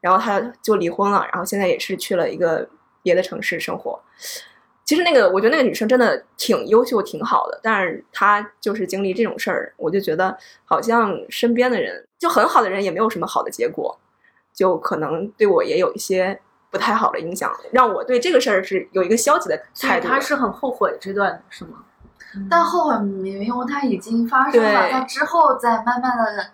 D: 然后他就离婚了，然后现在也是去了一个别的城市生活。其实那个，我觉得那个女生真的挺优秀、挺好的，但是她就是经历这种事儿，我就觉得好像身边的人就很好的人也没有什么好的结果，就可能对我也有一些不太好的影响，让我对这个事儿是有一个消极的
C: 所以
D: 态度的。
C: 他是很后悔这段是吗？
A: 但后悔没用，它已经发生了，
D: 对
A: 它之后再慢慢的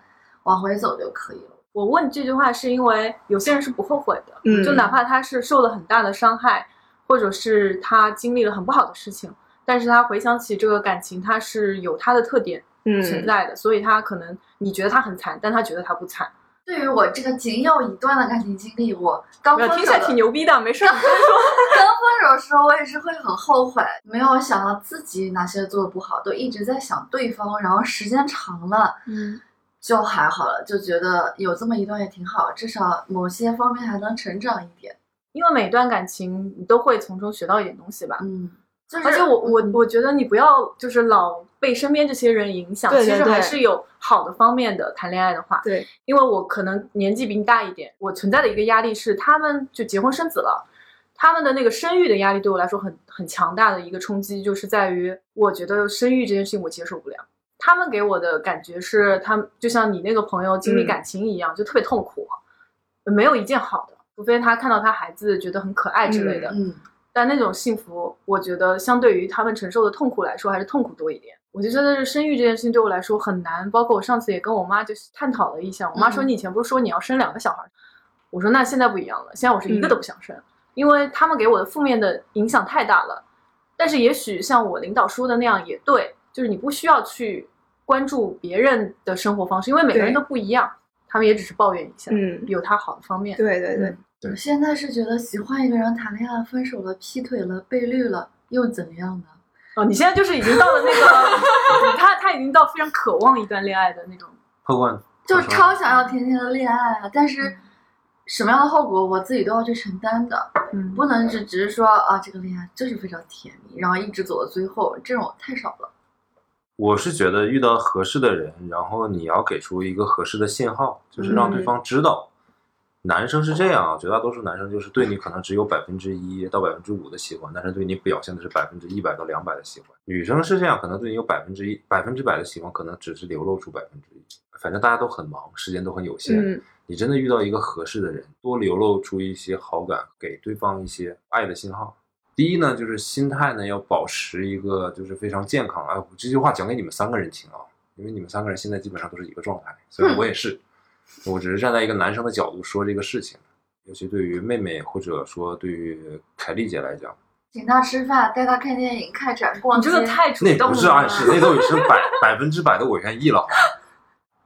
A: 往回走就可以了。
C: 我问这句话是因为有些人是不后悔的，
D: 嗯
C: 就哪怕他是受了很大的伤害，或者是他经历了很不好的事情，但是他回想起这个感情，他是有他的特点存
D: 嗯，
C: 在的，所以他可能你觉得他很惨，但他觉得他不惨。
A: 对于我这个仅有一段的感情经历，我刚
C: 我
A: 分手
C: 听起来挺
A: 的，
C: 牛逼的，没 事儿。
A: 刚分手的时候，我也是会很后悔，没有想到自己哪些做的不好，都一直在想对方，然后时间长了。
C: 嗯，
A: 就还好了，就觉得有这么一段也挺好，至少某些方面还能成长一点。
C: 因为每段感情你都会从中学到一点东西吧。
A: 嗯，就是
C: 而且我我
A: 嗯
C: 我觉得你不要就是老被身边这些人影响，
D: 对对
C: 其实
D: 对
C: 还是有好的方面的。谈恋爱的话，
D: 对，
C: 因为我可能年纪比你大一点，我存在的一个压力是，他们就结婚生子了，他们的那个生育的压力对我来说很很强大的一个冲击，就是在于我觉得生育这件事情我接受不了。他们给我的感觉是，他们就像你那个朋友经历
D: 嗯
C: 感情一样，就特别痛苦，没有一件好的，除非他看到他孩子觉得很可爱之类的。
A: 嗯，
C: 但那种幸福，我觉得相对于他们承受的痛苦来说，还是痛苦多一点。我就觉得这生育这件事情对我来说很难，包括我上次也跟我妈就是探讨了一下，我妈说
A: 嗯
C: 你以前不是说你要生两个小孩儿，我说那现在不一样了，现在我是一个都不
D: 嗯
C: 想生，因为他们给我的负面的影响太大了。但是也许像我领导说的那样也对，就是你不需要去关注别人的生活方式，因为每个人
D: 对
C: 都不一样，他们也只是抱怨一下，
D: 嗯，
C: 有他好的方面。
D: 对对对。
C: 嗯
A: 我现在是觉得喜欢一个人，谈恋爱分手了，劈腿了，被绿了，又怎样呢？
C: 哦，你现在就是已经到了那个，他他已经到非常渴望一段恋爱的那种。
B: 客观
A: 就是超想要甜甜的恋爱啊，但是什么样的后果我自己都要去承担的，
C: 嗯
A: 不能只只是说啊这个恋爱就是非常甜蜜，然后一直走到最后，这种太少了。
B: 我是觉得遇到合适的人，然后你要给出一个合适的信号，就是让对方知道。男生是这样啊，绝大多数男生就是对你可能只有百分之一到百分之五的喜欢，但是对你表现的是百分之一百到两百的喜欢。女生是这样，可能对你有百分之一、百分之百的喜欢，可能只是流露出百分之一。反正大家都很忙，时间都很有限，
D: 嗯，
B: 你真的遇到一个合适的人，多流露出一些好感，给对方一些爱的信号。第一呢，就是心态呢要保持一个就是非常健康。哎，我这句话讲给你们三个人听啊，因为你们三个人现在基本上都是一个状态，虽然我也是，我只是站在一个男生的角度说这个事情。尤其对于妹妹或者说对于凯丽姐来讲，
A: 请他吃饭，带他看电影、看展、逛
C: 哎你
A: 街，啊
C: 这个太主
B: 那
C: 动
B: 不是
C: 了吧。
B: 暗示，那都已经百百分之百的我愿意了。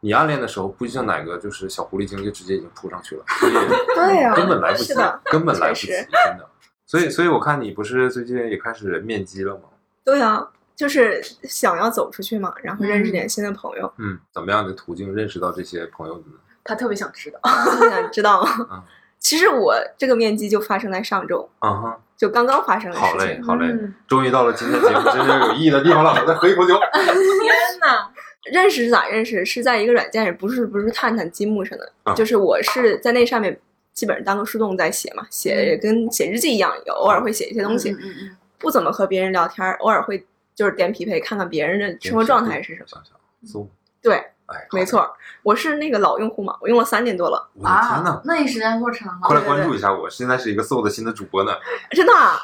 B: 你暗恋的时候，不像哪个就是小狐狸精就直接已经扑上去了，所以
D: 对啊
B: 根本来不及
D: 是的，
B: 根本来不及，
D: 确实
B: 真的。所以，所以我看你不是最近也开始面基了吗？
D: 对啊，就是想要走出去嘛，然后认识点新的朋友，
B: 嗯，怎么样的途径认识到这些朋友的呢？
C: 他特别想知道，
D: 就想知道吗
B: 嗯
D: 其实我这个面基就发生在上周，
B: 嗯哼，
D: 就刚刚发生的
B: 好
D: 事
B: 嘞
D: 情。，
B: 好嘞
C: 嗯，
B: 终于到了今天节目真正有意义的地方了，我再喝一口酒。
C: 天哪！
D: 认识是咋认识？是在一个软件，上，不是不是探探、积木上的，
B: 啊
D: 就是我是在那上面基本上当个树洞在写嘛，写跟写日记一样，有偶尔会写一些东西，
A: 嗯嗯嗯嗯嗯
D: 不怎么和别人聊天，偶尔会就是点匹配，看看别人的生活状态是 什么。
B: 想想，搜，
D: 对，
B: 哎，
D: 没错，我是那个老用户嘛，我用了三年多了，
B: 我的天
A: 啊
B: 呐，，
A: 那你时间够长了。
B: 快来
D: 啊对
B: 关注一下我，现在是一个搜的新的主播 呢。嗯
D: 真的 啊、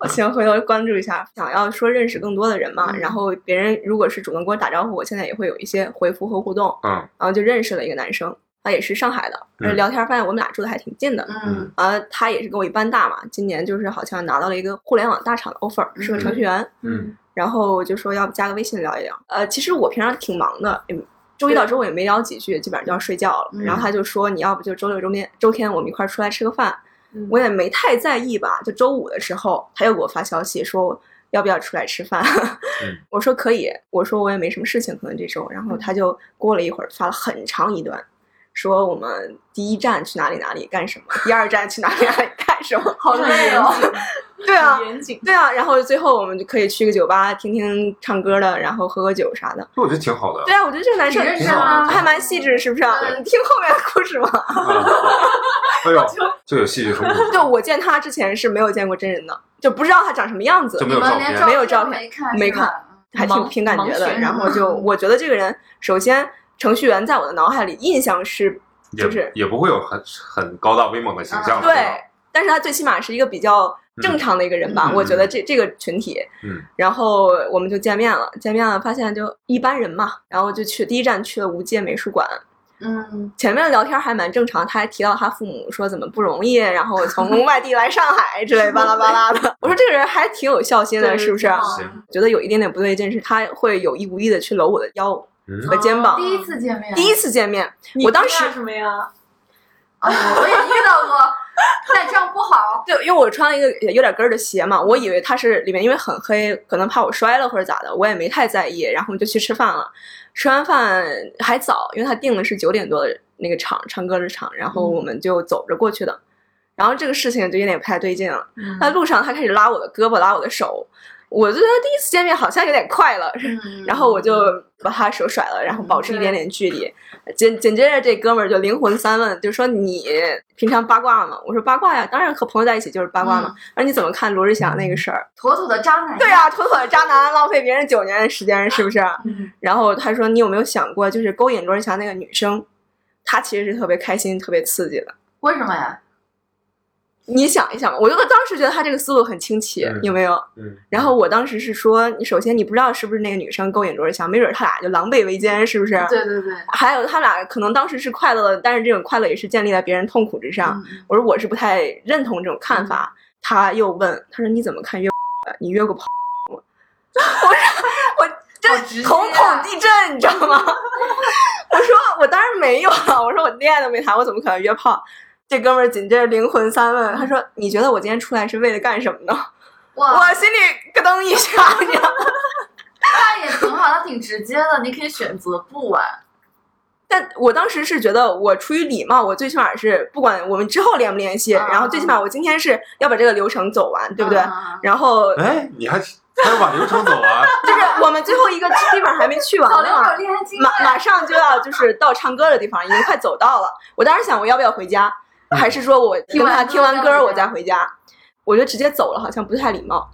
D: 我行，回头关注一下。想要说认识更多的人嘛，
A: 嗯
D: 然后别人如果是主动跟我打招呼，我现在也会有一些回复和互动，
B: 嗯
D: 然后就认识了一个男生，他也是上海的，
B: 嗯
D: 聊天发现我们俩住的还挺近的，
A: 嗯
D: 呃，他也是跟我一般大嘛，今年就是好像拿到了一个互联网大厂的 offer，是个程序员，
B: 嗯
D: 然后我就说要不加个微信聊一聊。呃，其实我平常挺忙的，也周一到周五也没聊几句，基本上就要睡觉了。
A: 嗯
D: 然后他就说你要不就周六周天周天我们一块儿出来吃个饭，
C: 嗯
D: 我也没太在意吧。就周五的时候，他又给我发消息说要不要出来吃饭，
B: 嗯
D: 我说可以，我说我也没什么事情，可能这周。然后他就过了一会儿发了很长一段。说我们第一站去哪里哪里干什么，第二站去哪里哪里干什么， 好
C: 好
D: 累
C: 累
D: 哦
C: 哦。，
D: 对啊，
C: 很 严谨。
D: 对啊，然后最后我们就可以去个酒吧听听唱歌的，然后喝喝酒啥的。
B: 这我觉得挺 好的。
D: 对啊，我觉得这个男生啊
A: 挺
B: 好的
D: 还蛮细致，是不是啊？
A: 对
D: 你听后面的故事吗？
B: 啊哎呦，就有戏剧冲突，
D: 就我见他之前是没有见过真人的，就不知道他长什么样子
B: 就，没
A: 你
B: 有
A: 们
B: 照
A: 连
B: 片
A: 片
D: 没有照片
A: 没看
D: 没
A: 是吧
D: 还挺
C: 盲
D: 凭感
C: 盲
D: 觉的。
C: 学
D: 然后 就我觉得这个人，首先程序员在我的脑海里印象是就是啊
B: 也也不会有很很高大威猛的形象。
D: 对，但是他最起码是一个比较正常的一个人吧，
B: 嗯
D: 我觉得这这个群体。
B: 嗯，
D: 然后我们就见面了，见面了发现就一般人嘛，然后就去第一站去了无界美术馆。
A: 嗯，
D: 前面的聊天还蛮正常，他还提到他父母说怎么不容易，然后 从外地来上海之类巴拉巴拉的。我说这个人还挺有孝心的，
C: 对
D: 是不是？
C: 挺好
B: 行
D: 觉得有一点点不对劲，是他会有意无意的去搂我的腰
B: 嗯
D: 和肩膀。
A: 第一次见面，
D: 第一次见面，
C: 你
D: 我当
C: 惊讶
D: 时
C: 什么呀？
A: 啊，我也遇到过，但这样不好。
D: 对，因为我穿了一个有点跟儿的鞋嘛，我以为他是里面因为很黑，可能怕我摔了或者咋的，我也没太在意。然后我们就去吃饭了，吃完饭还早，因为他定的是九点多的那个场唱歌的场，然后我们就走着过去的。然后这个事情就有点不太对劲了。在路上他开始拉我的胳膊，拉我的手，我就觉得第一次见面好像有点快了，
A: 嗯
D: 然后我就把他手甩了，然后保持一点点距离。紧紧接着这哥们儿就灵魂三问，就说你平常八卦吗？我说八卦呀，当然和朋友在一起就是八卦嘛。而你怎么看罗志祥那个事儿？
A: 妥妥的渣男。
D: 嗯 对，啊呀、妥妥的渣男，浪费别人九年的时间，是不啊是？
A: 嗯
D: 然后他说你有没有想过，就是勾引罗志祥那个女生，她其实是特别开心、特别刺激的。
A: 为什么呀？
D: 你想一想，我就当时觉得他这个思路很清奇，
B: 嗯
D: 有没有？
B: 嗯，
D: 然后我当时是说，你首先你不知道是不是那个女生勾引罗志祥，没准他俩就狼狈为奸，是不是？
A: 对对对，
D: 还有他俩可能当时是快乐的，但是这种快乐也是建立在别人痛苦之上。
A: 嗯
D: 我说我是不太认同这种看法。他又问，他说你怎么看约的？你约过炮吗？
A: 好直
D: 我说我这
A: 接啊
D: 瞳孔地震，你知道吗？ 我说我当然没有了，我说我恋爱都没谈，我怎么可能约炮？这哥们儿紧接着灵魂三问，他说：“你觉得我今天出来是为了干什么呢？”
A: 哇，
D: 我心里咯噔一下，你知道吗
A: 他也挺好，他挺直接的，你可以选择不玩。
D: 但我当时是觉得，我出于礼貌，我最起码是不管我们之后联不联系，
A: 啊
D: 然后最起码我今天是要把这个流程走完，对不对？
A: 嗯嗯嗯
D: 然 后就
B: 哎，你还还要把流程走啊完？
D: 是我们最后一个地方还没去完
A: 老刘
D: 呢
A: 有，恋爱经
D: 马马上就要就是到唱歌的地方，已经快走到了。我当时想，我要不要回家？还是说我
A: 听
D: 跟
A: 完
D: 他
A: 歌
D: 听完
A: 再
D: 歌儿
A: 回
D: 我
A: 家
D: 再回家？我觉得直接走了好像不太礼貌。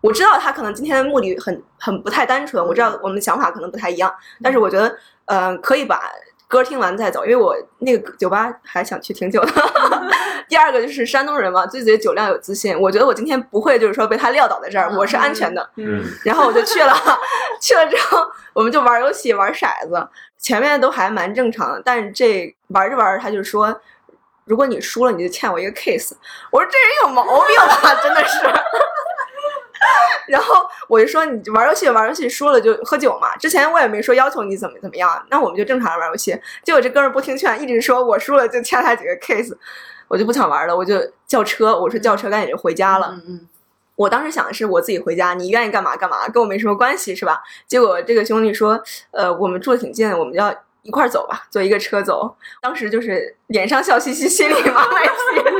D: 我知道他可能今天的目的很很不太单纯，我知道我们想法可能不太一样，但是我觉得，呃，可以把歌听完再走，因为我那个酒吧还想去挺久的。第二个就是山东人嘛，对自己的酒量有自信，我觉得我今天不会就是说被他撂倒在这儿，我是安全的。
B: 嗯，
D: 然后我就去了， 去了之后我们就玩游戏、玩骰子，前面都还蛮正常的，但是这玩着玩着他就说，如果你输了，你就欠我一个 kiss。我说这人有毛病吧， 真的是。然后我就说你玩游戏玩游戏输了就喝酒嘛，之前我也没说要求你怎么怎么样，那我们就正常地玩游戏。结果这哥们儿不听劝，一直说我输了就欠他几个 kiss，我就不想玩了，我就叫车，我说叫车赶紧就回家了。
A: 嗯嗯，
D: 我当时想的是我自己回家，你愿意干嘛干嘛，跟我没什么关系，是吧？结果这个兄弟说，呃，我们住的挺近，我们要一块儿走吧，坐一个车走。当时就是脸上笑嘻嘻，心里妈卖批。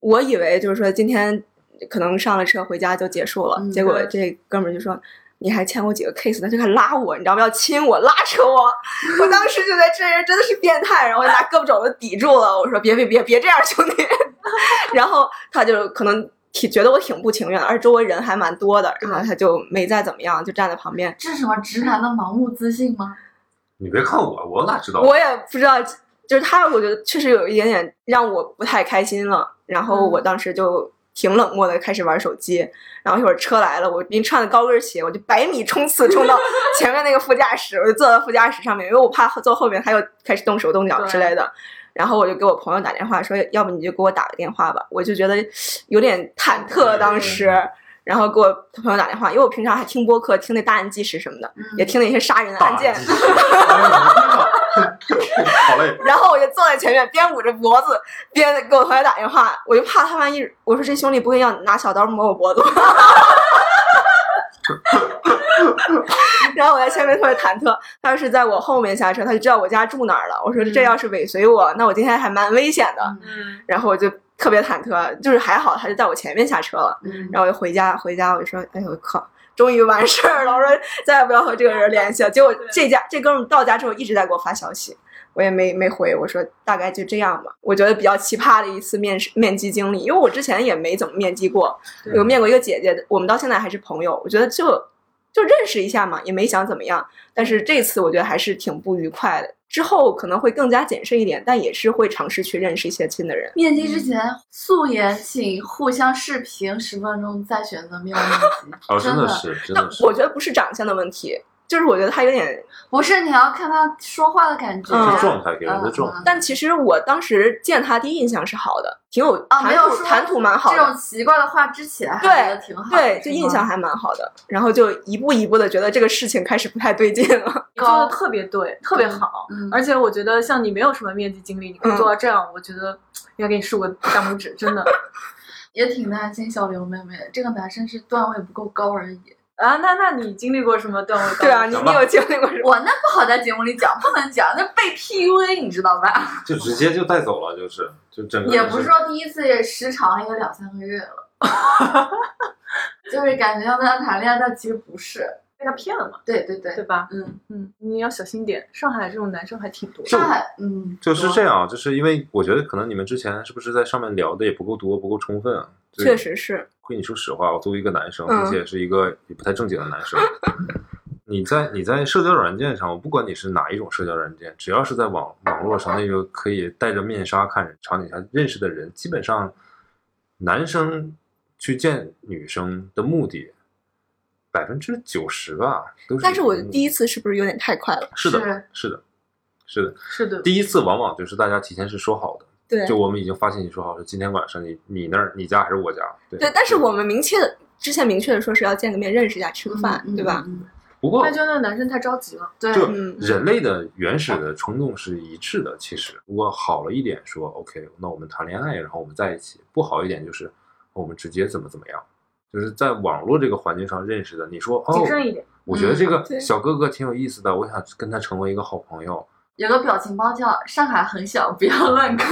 D: 我以为就是说今天可能上了车回家就结束了，
A: 嗯
D: 结果这哥们儿就说。你还欠我几个 case 呢？”他就开始拉我，你知道吗？要亲我，拉扯我。我当时就觉得这人真的是变态，然后我就拿胳膊肘子抵住了，我说：“别别别别这样，兄弟。”然后他就可能挺觉得我挺不情愿的，而且周围人还蛮多的，然后他就没再怎么样，就站在旁边。
A: 这是什么直男的盲目自信吗？
B: 你别看我，我哪知道？
D: 我也不知道，就是他，我觉得确实有一点点让我不太开心了。然后我当时就挺冷漠的，开始玩手机。然后一会儿车来了，我因为穿的高跟鞋，我就百米冲刺冲到前面那个副驾驶，我就坐到副驾驶上面，因为我怕坐后面他又开始动手动脚之类的。然后我就给我朋友打电话说，要不你就给我打个电话吧。我就觉得有点忐忑，当时。然后给我朋友打电话，因为我平常还听播客，听那大案纪实什么的，
A: 嗯
D: 也听那些杀人的案
B: 大
D: 件。
B: 忌 哎呦我的天哪好嘞，
D: 然后我就坐在前面，边捂着脖子，边给我朋友打电话，我就怕他万一，我说这兄弟不会要拿小刀磨我脖子吗？ 然后我在前面特别忐忑，他要是在我后面下车，他就知道我家住哪儿了。我说这要是尾随我，那我今天还蛮危险的。
C: 嗯，
D: 然后我就特别忐忑，就是还好他就在我前面下车了。
A: 嗯，
D: 然后我就回家，回家我就说，哎呦我靠，终于完事儿了，我说再也不要和这个人联系了。结果这家这哥们儿到家之后一直在给我发消息，我也没没回，我说大概就这样吧。我觉得比较奇葩的一次面试面基经历，因为我之前也没怎么面基过，
C: 对
D: 有面过一个姐姐，我们到现在还是朋友，我觉得就就认识一下嘛，也没想怎么样。但是这次我觉得还是挺不愉快的。之后可能会更加谨慎一点，但也是会尝试去认识一些新的人。
A: 面基之前素颜，请互相视频十分钟，再选择面基。
B: 哦，
A: 真
B: 真的是，真的是，
D: 我觉得不是长相的问题，就是我觉得他有点不
A: 不是你要看他说话的感觉，啊
D: 嗯
B: 是状态给人的状
A: 嗯
B: 态。
D: 但其实我当时见他第一印象是好的，挺有
A: 啊，没
D: 谈
A: 有
D: 吐
A: 说
D: 谈吐蛮好
A: 这种
D: 的，
A: 奇怪的话之前还
D: 对
A: 觉得挺好的，
D: 对，就印象
A: 还
D: 还蛮好的。然后就一步一步的觉得这个事情开始不太对劲了。
C: 你做
A: 高
C: 的特别对，特别好。
A: 嗯
C: 而且我觉得像你没有什么面积经历，你可以
D: 嗯
C: 做到这样，我觉得应该给你竖个大拇指，真的。
A: 也挺担心小刘妹妹。这个男生是段位不够高而已。
C: 啊，那那你经历过什么段位高？
D: 对啊，你
B: 行
D: 你
B: 吧
D: 有经历过什么？
A: 我那不好在节目里讲，不能讲，那被 PUA 你知道吧？
B: 就直接就带走了，就是就整个
A: 也
B: 人
A: 不是
B: 生
A: 说第一次，时长也有两三个月了， 就是感觉要跟他谈恋爱，但其实不是。
C: 被他骗了嘛，
A: 对对对，
C: 对吧？
A: 嗯，
C: 嗯，你要小心点，上海这种男生还挺多的。
A: 上海，嗯，
B: 就是
A: 多
B: 这样，就是因为我觉得可能你们之前是不是在上面聊的也不够多，不够充分啊？就是
D: 确，实是，
B: 跟你说实话，我作为一个男生，
D: 嗯
B: 并且是一个也不太正经的男生， 你在你在社交软件上，我不管你是哪一种社交软件，只要是在网网络上那个可以戴着面纱看人场景下认识的人，基本上男生去见女生的目的百分之九十吧，都是嗯
D: 但是我
B: 一个目的
D: 第一次是不是有点太快了？
B: 是的
A: 是，
B: 是的，是的。
C: 是的，
B: 第一次往往就是大家提前是说好的，
D: 对
B: 就我们已经发信息说好是今天晚上你你那儿你家还是我家，对
D: 对，但是我们明确的之前明确的说是要见个面认识一下，吃个
A: 嗯
D: 饭，对吧？？
A: 嗯嗯嗯
B: 不过
C: 那就那男生太着急了。
A: 对，
B: 就
D: 嗯
B: 人类的原始的冲动是一致的，其实如果好了一点说 OK，那我们谈恋爱，然后我们在一起；不好一点就是我们直接怎么怎么样。就是在网络这个环境上认识的，你说哦
C: 谨，慎一点，
B: 我觉得这
D: 对
B: 个小哥哥挺有意思的，我想跟他成为一个好朋友。
A: 有个表情包叫“上海很小，不要乱搞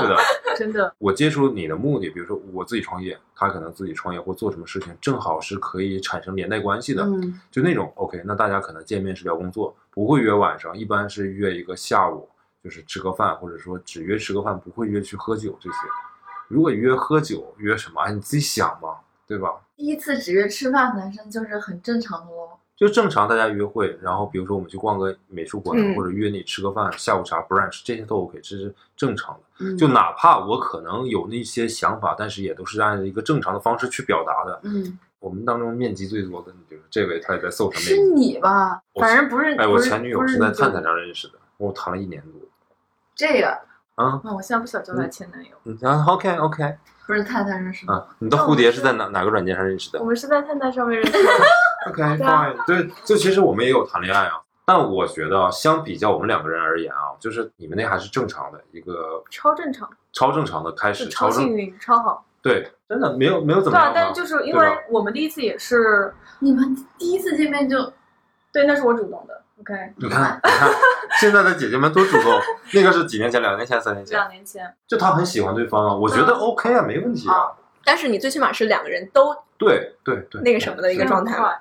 B: 对的，
C: 真的，
B: 我接触你的目的，比如说我自己创业，他可能自己创业或做什么事情，正好是可以产生连带关系”。的，
A: 嗯，
B: 就那种 OK。那大家可能见面是聊工作，不会约晚上，一般是约一个下午，就是吃个饭，或者说只约吃个饭，不会约去喝酒这些。如果约喝酒，约什么？哎，你自己想嘛，对吧？
A: 第一次只约吃饭，男生就是很正常的喽。
B: 就正常大家约会，然后比如说我们去逛个美术馆，
D: 嗯
B: 或者约你吃个饭、下午茶 brunch，这些都 OK，这是正常的。
A: 嗯
B: 就哪怕我可能有那些想法，但是也都是按一个正常的方式去表达的。
A: 嗯，
B: 我们当中面积最多的，你比如说这位，他也在搜上
A: 是
B: 面积。
A: 你吧？
B: 我
C: 反正不是。
B: 哎，
C: 不
B: 我
C: 是
B: 前女友
C: 不
B: 是在
C: 你就
B: 探探上认识的，我谈了一年多。
A: 这个
B: 啊，
C: 啊，我现在不想叫他前男友，
B: 嗯啊，OK OK，
A: 不是探探认识的。
B: 啊，你的蝴蝶是在哪哪个软件上认识的
C: 我们是在探探上面认识的。
B: ？OK
C: 对啊
B: fine，对，就其实我们也有谈恋爱啊，但我觉得啊相比较我们两个人而言啊，就是你们那还是正常的一个
C: 超 正常，
B: 超正常的开
C: 就
B: 始，
C: 超
B: 超
C: 幸
B: 正
C: 运，超好。
B: 对，真的没有没有怎
C: 对
B: 么样
C: 啊
B: 啊，，
C: 但是就是因
B: 对吧
C: 为我们第一次也是，
A: 你们第一次见面就
C: 对，那是我主动的。OK，
B: 你看，你看，现在的姐姐们多主动。那个是几年前，两年前、三年前，
C: 两年前，嗯
B: 就她很喜欢对方啊，我觉得 OK 啊，没问题啊。
D: 但是你最起码是两个人都
B: 对对对，
D: 那个什么的一个
C: 非
D: 状
C: 常
D: 态
C: 快。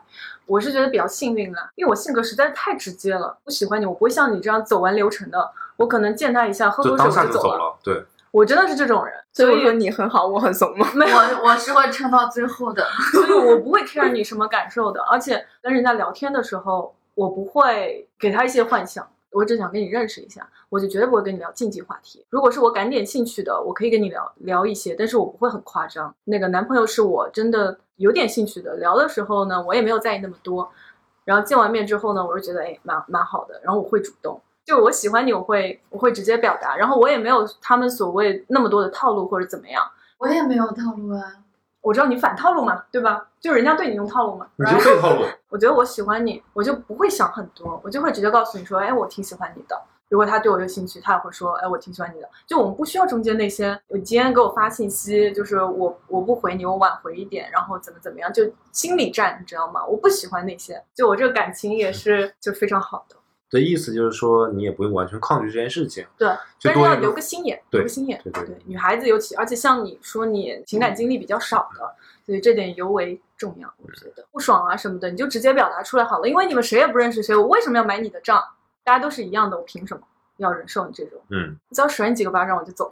C: 我是觉得比较幸运了，因为我性格实在是太直接了，不喜欢你，我不会像你这样走完流程的。我可能见他一下，喝
B: 就
C: 口
B: 当
C: 水
B: 下
C: 我
B: 就
C: 走
B: 走。了，对，
C: 我真的是这种人，
D: 所以我
C: 以
D: 说你很好，我很怂嘛。
C: 没有，
A: 我我是会撑到最后的。
C: 所以我不会 care 你什么感受的。而且跟人家聊天的时候，我不会给他一些幻想，我只想跟你认识一下，我就绝对不会跟你聊禁忌话题。如果是我感点兴趣的，我可以跟你聊聊一些，但是我不会很夸张。那个男朋友是我真的有点兴趣的，聊的时候呢，我也没有在意那么多。然后见完面之后呢，我就觉得哎，蛮蛮好的。然后我会主动，就我喜欢你，我会我会直接表达，然后我也没有他们所谓那么多的套路或者怎么样。
A: 我也没有套路啊，
C: 我知道你反套路嘛，对吧？就是人家对你用套路嘛。
B: 你就被套路，
C: 我觉得我喜欢你，我就不会想很多，我就会直接告诉你说，哎，我挺喜欢你的。如果他对我有兴趣，他也会说，哎，我挺喜欢你的。就我们不需要中间那些，你今天给我发信息，就是我我不回你，我晚回一点，然后怎么怎么样，就心理战，你知道吗？我不喜欢那些，就我这个感情也是就非常好的，
B: 的意思就是说你也不用完全抗拒这件事情，
C: 对。
B: 就
C: 但是
B: 多
C: 要
B: 一
C: 留
B: 个
C: 个心眼，
B: 对
C: 留个心眼。
B: 对对对
C: 女孩子尤其，而且像你说你情感经历比较少的，所以这点尤为重要。我觉得不爽啊什么的，你就直接表达出来好了，因为你们谁也不认识谁，我为什么要买你的账？大家都是一样的，我凭什么要忍受你这种？
B: 嗯，
C: 只要甩你几个巴掌我就走。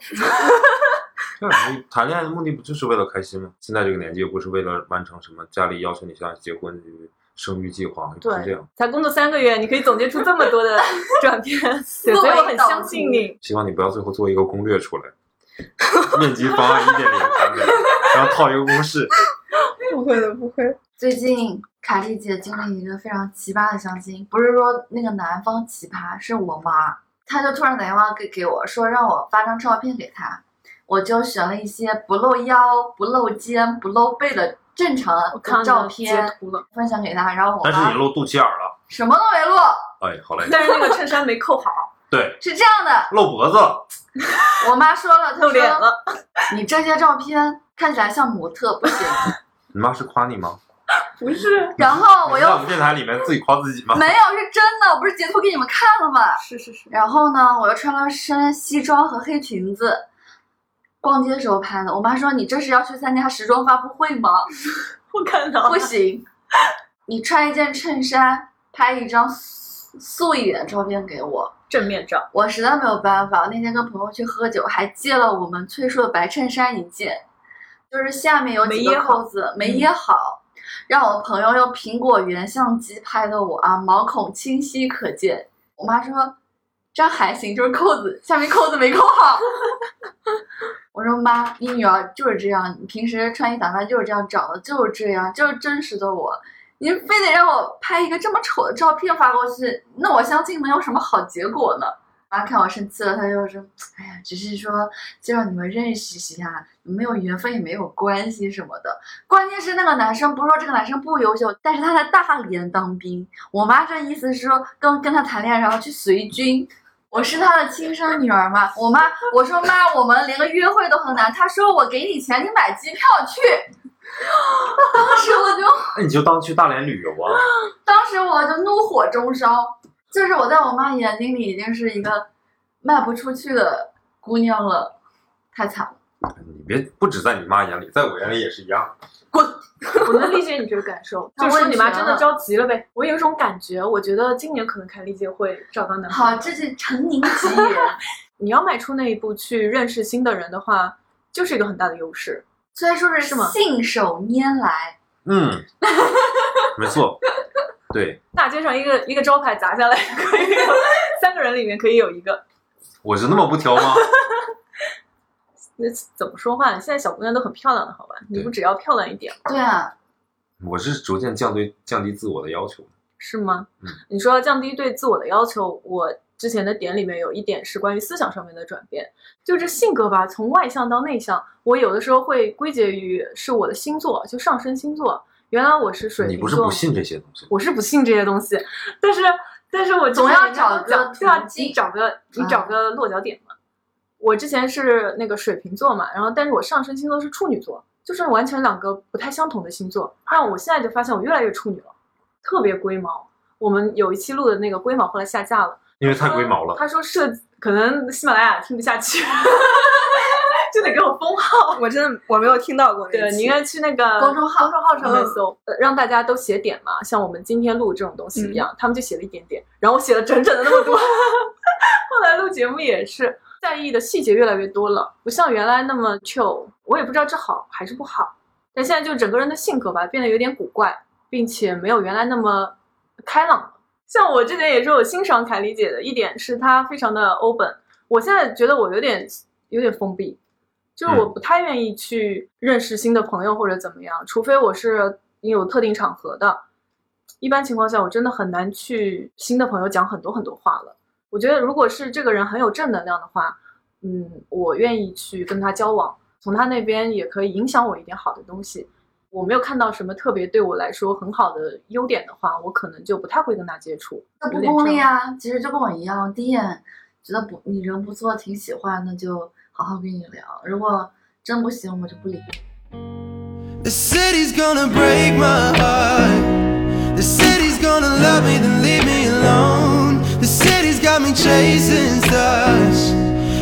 B: 对，你谈恋爱的目的不就是为了开心吗？现在这个年纪又不是为了完成什么家里要求你像结婚、生育计划，又不是这
C: 对
B: 样。，
C: 才工作三个月，你可以总结出这么多的转变，对， 所以我很相信你。
B: 希望你不要最后做一个攻略出来，面积方案一点零版本，然后套一个公式。
D: 不会的，不会。
A: 最近卡莉姐经历一个非常奇葩的相亲，不是说那个男方奇葩，是我妈，她就突然打电话给给我说让我发张照片给她，我就选了一些不露腰、不露肩、不露背的正常
C: 我
A: 的
C: 看
A: 照
C: 到截
A: 片
C: 图了，
A: 分享给她，然后我
B: 但是
A: 妈
B: 你露肚脐眼儿了，
A: 什么都没录，
B: 哎，好嘞，
C: 但是那个衬衫没扣好，
B: 对，
A: 是这样的，
B: 露脖子了，
A: 我妈说了，她
C: 露脸
A: 说
C: 了。
A: 你这些照片看起来像模特，不 行。
B: 你妈是夸你吗？
C: 不是，
A: 然后我
B: 你在我
A: 又
B: 们电台里面自己夸自己 吗？
A: 没有是真的，我不是截图给你们看了吗？
C: 是是是，
A: 然后呢，我又穿了身西装和黑裙子，逛街时候拍的。我妈说：“你这是要去参加时装发布会 吗？
C: 我看到了
A: 不行，你穿一件衬衫，拍一张素素一点的照片给我。”
C: 正面照。
A: 我实在没有办法，我那天跟朋友去喝酒，还借了我们崔叔的白衬衫一件，就是下面有几
C: 没掖
A: 个
C: 好嗯
A: 扣子没掖好，让我朋友用苹果原相机拍的我啊，毛孔清晰可见。我妈说这样还行，就是扣子下面扣子没扣好。 我说妈，你女儿就是这样，你平时穿衣打扮就是这样，长得就是这样，就是真实的我。您非得让我拍一个这么丑的照片发过去，那我相信能有什么好结果呢？妈看我生气了，她就说：“哎呀，只是说就让你们认识一下，没有缘分也没有关系什么的。关键是那个男生，不是说这个男生不优秀，但是他在大连当兵。我妈这意思是说跟跟他谈恋爱，然后去随军。我是他的亲生女儿嘛，我妈我说妈，我们连个约会都很难。她说我给你钱，你买机票去。 当时我就
B: 那你就当去大连旅游啊，
A: 当时我就怒火中烧，就是我在我妈眼睛里已经是一个卖不出去的姑娘了，太惨了。
B: 你别不止在你妈眼里，在我眼里也是一样。
C: 我能理解你这个感受，
A: 他
C: 就是说
A: 问
C: 你妈
A: 题
C: 真的
A: 了
C: 着急了呗。我有一种感觉，我觉得今年可能凯丽姐会找到男朋
A: 好，
C: 友。
A: 这是陈宁吉 言。
C: 你要迈出那一步去认识新的人的话，就是一个很大的优势。
A: 虽然说
C: 是
A: 是
C: 吗
A: 信手拈来，
B: 嗯，没错，对，
C: 大街上一个一个招牌砸下来，可以有三个人里面可以有一个。
B: 我是那么不挑吗？
C: 那怎么说话呢？现在小姑娘都很漂亮的，好吧？你
B: 对
C: 不只要漂亮一点
A: 对啊，
B: 我是逐渐降低降低自我的要求。
C: 是吗？
B: 嗯
C: 你说要降低对自我的要求，我之前的点里面有一点是关于思想上面的转变，就这性格吧，从外向到内向，我有的时候会归结于是我的星座，就上升星座。原来我是水
B: 你
C: 瓶
B: 不
C: 座，
B: 是不信这些东西，
C: 我是不信这些东西，但是但是我之前
A: 总要
C: 人家
A: 找
C: 都
A: 个
C: 讲对啊
A: 途，径
C: 你找个你
A: 啊
C: 找个落脚点嘛。我之前是那个水瓶座嘛，然后但是我上升星座是处女座，就是完全两个不太相同的星座。但我现在就发现我越来越处女了，特别龟毛。我们有一期录的那个龟毛后来下架了，
B: 因为太龟毛了。
C: 他说设计可能喜马拉雅听不下去， 就得给我封号。
D: 哦我真的我没有听到过那
C: 对，
D: 期
C: 你应该去那个
A: 公众号
C: 公众号上面搜、嗯呃让大家都写点嘛，像我们今天录这种东西一样，他们就写了一点点，然后我写了整整的那么多。 后来录节目也是在意的细节越来越多了，不像原来那么 chill。我也不知道这好还是不好，但现在就整个人的性格吧，变得有点古怪，并且没有原来那么开朗了。像我之前也说，我欣赏凯丽姐的一点是她非常的 open。我现在觉得我有点有点封闭，就是我
B: 嗯
C: 不太愿意去认识新的朋友或者怎么样，除非我是有特定场合的。一般情况下，我真的很难去新的朋友讲很多很多话了。我觉得如果是这个人很有正能量的话，嗯，我愿意去跟他交往，从他那边也可以影响我一点好的东西。我没有看到什么特别对我来说很好的优点的话，我可能就不太会跟他接触。
A: 那不
C: 有点
A: 功利
C: 这样！
A: 啊！其实就跟我一样，第一眼觉得不你人不错，挺喜欢，那就好好跟你聊。如果真不行，我就不理。
E: The city's gonna break my heart. The city's gonna love me, then leave me alone. The city's got me chasing stars.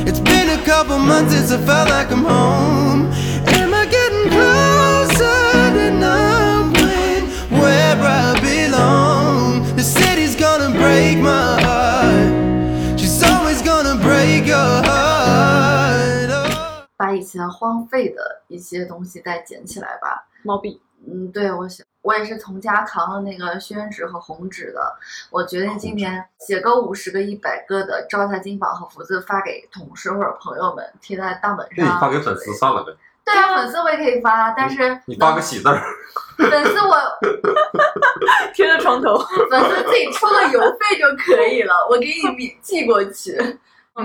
E: It's been a couple months since I felt like I'm home. Am I getting closer to knowing where I belong? The city's gonna break my heart. She's always gonna break your heart. Oh.
A: 把以前荒废的一些东西再捡起来吧。
C: 猫币，
A: 嗯，对我写，我也是从家扛了那个宣纸和红纸的。我决
B: 哦
A: 定今年写个五十个、一百个的，招财进宝和福字发给同事或者朋友们，贴在大门
B: 那
A: 上。
B: 你发给粉丝算了呗，
A: 对嗯啊，粉丝我也可以发，但是
B: 你发个喜字儿，
A: 粉丝我
C: 贴在 床头。
A: 粉丝自己出个邮费就可以了，我给你寄寄过去。
C: 嗯
A: 啊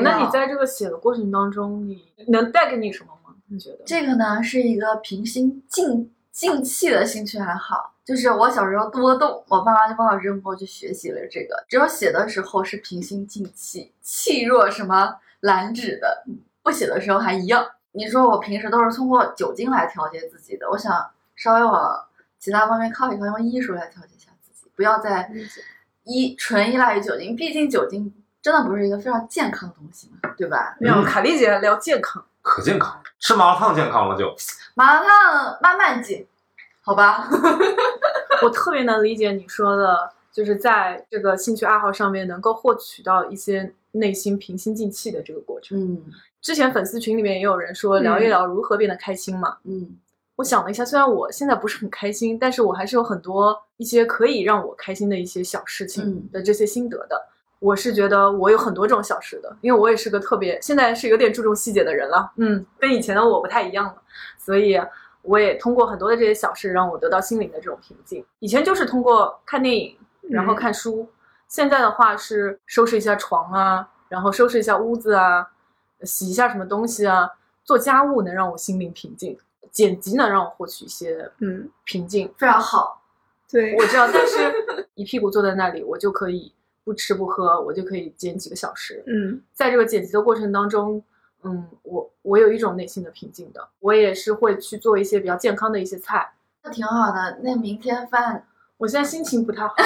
C: 那你在这个写的过程当中，你能带给你什么吗？你觉得？
A: 这个呢是一个平心静静气的兴趣爱好，就是我小时候多动，我爸妈就把我扔过去学习了这个。只有写的时候是平心静气，气若什么兰芷的，不写的时候还一样。你说我平时都是通过酒精来调节自己的，我想稍微往其他方面靠一靠，用艺术来调节一下自己，不要再依纯依赖于酒精，毕竟酒精真的不是一个非常健康的东西嘛，对吧？
C: 没有，凯丽姐聊健康，
B: 可健康，吃麻辣烫健康了就。
A: 麻辣烫慢慢进，好吧？
C: 我特别能理解你说的，就是在这个兴趣爱好上面能够获取到一些内心平心静气的这个过程。
A: 嗯
C: 之前粉丝群里面也有人说聊一聊如何变得开心嘛，
A: 嗯，
C: 我想了一下，虽然我现在不是很开心，但是我还是有很多一些可以让我开心的一些小事情
A: 嗯
C: 的这些心得的。我是觉得我有很多这种小事的，因为我也是个特别现在是有点注重细节的人了，嗯，跟以前的我不太一样了，所以我也通过很多的这些小事让我得到心灵的这种平静。以前就是通过看电影，然后看书，现在的话是收拾一下床啊，然后收拾一下屋子啊，洗一下什么东西啊，做家务能让我心灵平静，剪辑能让我获取一些
D: 嗯，
C: 平静。
A: 非常好。
D: 对，
C: 我知道，但是一屁股坐在那里，我就可以不吃不喝，我就可以剪几个小时。
D: 嗯
C: 在这个剪辑的过程当中，嗯，我我有一种内心的平静的，我也是会去做一些比较健康的一些菜。
A: 那挺好的，那明天饭
C: 我现在心情不太好，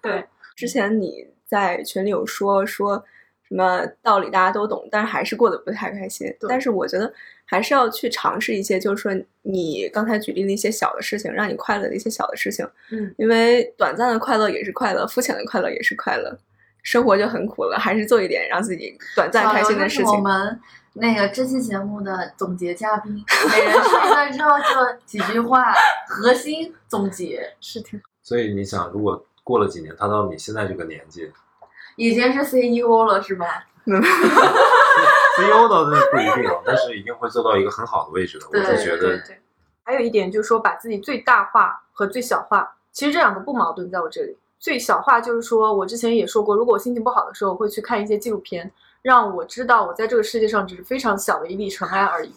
C: 对，
D: 之前你在群里有说说什么道理大家都懂，但是还是过得不太开心。
C: 对
D: 但是我觉得还是要去尝试一些，就是说你刚才举例的一些小的事情，让你快乐的一些小的事情，
C: 嗯，
D: 因为短暂的快乐也是快乐，肤浅的快乐也是快乐。生活就很苦了，还是做一点让自己短暂
C: 啊
A: 小
D: 开
A: 刘
D: 心
A: 就
D: 的
A: 是
D: 事
A: 我
D: 情。
A: 们那个这期节目的总结嘉宾，每人说一段之后就几句话，核心总结，
C: 是挺
B: 所以你想，如果过了几年，他到你现在这个年纪
A: 已经是 CEO 了是吧？
B: ，CEO E 倒是不一定啊，但是一定会做到一个很好的位置的。我
A: 对
B: 是
C: 对
B: 觉
C: 对
B: 得
C: 对，对，还有一点就是说，把自己最大化和最小化，其实这两个不矛盾，在我这里。最小化就是说，我之前也说过，如果我心情不好的时候，我会去看一些纪录片，让我知道我在这个世界上只是非常小的一粒尘埃而已。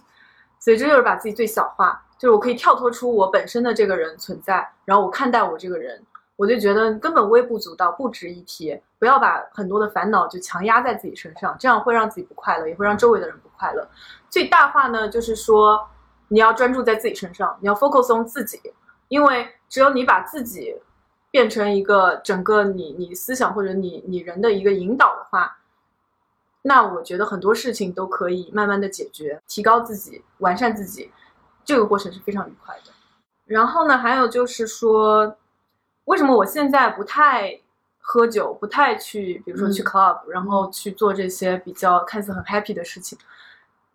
C: 所以这就是把自己最小化，就是我可以跳脱出我本身的这个人存在，然后我看待我这个人，我就觉得根本微不足道，不值一提。不要把很多的烦恼就强压在自己身上，这样会让自己不快乐，也会让周围的人不快乐。最大化呢，就是说你要专注在自己身上，你要 focus on 自己，因为只有你把自己变成一个整个你你思想或者你你人的一个引导的话，那我觉得很多事情都可以慢慢的解决，提高自己，完善自己，这个过程是非常愉快的。然后呢，还有就是说，为什么我现在不太喝酒，不太去，比如说去
A: 嗯
C: club，、然后去做这些比较看似很 happy 的事情？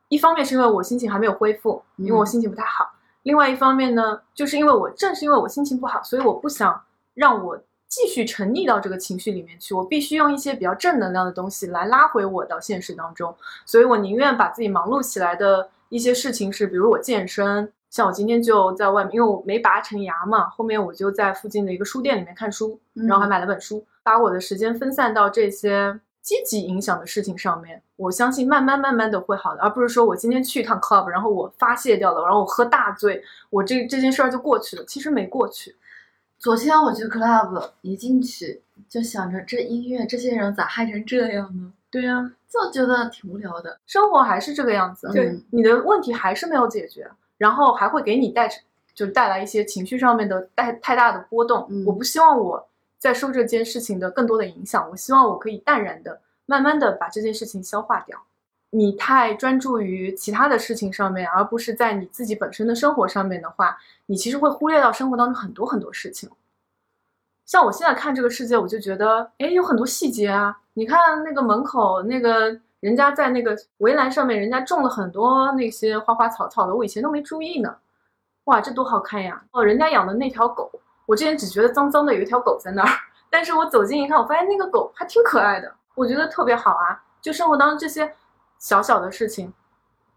C: 一方面是因为我心情还没有恢复，因为我
A: 嗯
C: 心情不太好；另外一方面呢，就是因为我正是因为我心情不好，所以我不想让我继续沉溺到这个情绪里面去，我必须用一些比较正能量的东西来拉回我到现实当中。所以我宁愿把自己忙碌起来的一些事情是，比如我健身，像我今天就在外面，因为我没拔成牙嘛，后面我就在附近的一个书店里面看书，然后还买了本书，把我的时间分散到这些积极影响的事情上面。我相信慢慢慢慢的会好的，而不是说我今天去一趟 club，然后我发泄掉了，然后我喝大醉，我这这件事儿就过去了。其实没过去，
A: 昨天我去 club 一进去就想着这音乐，这些人咋嗨成这样呢？
C: 对呀、
A: 就觉得挺无聊的。
C: 生活还是这个样子，
A: 对
C: 嗯你的问题还是没有解决，然后还会给你带就是带来一些情绪上面的带太大的波动。
A: 嗯
C: 我不希望我再受这件事情的更多的影响，我希望我可以淡然的、慢慢的把这件事情消化掉。你太专注于其他的事情上面，而不是在你自己本身的生活上面的话，你其实会忽略到生活当中很多很多事情。像我现在看这个世界，我就觉得，哎，有很多细节啊。你看那个门口那个人家在那个围栏上面，人家种了很多那些花花草草的，我以前都没注意呢。哇，这多好看呀！哦，人家养的那条狗，我之前只觉得脏脏的，有一条狗在那儿， 但是我走近一看，我发现那个狗还挺可爱的，我觉得特别好啊。就生活当中这些小小的事情，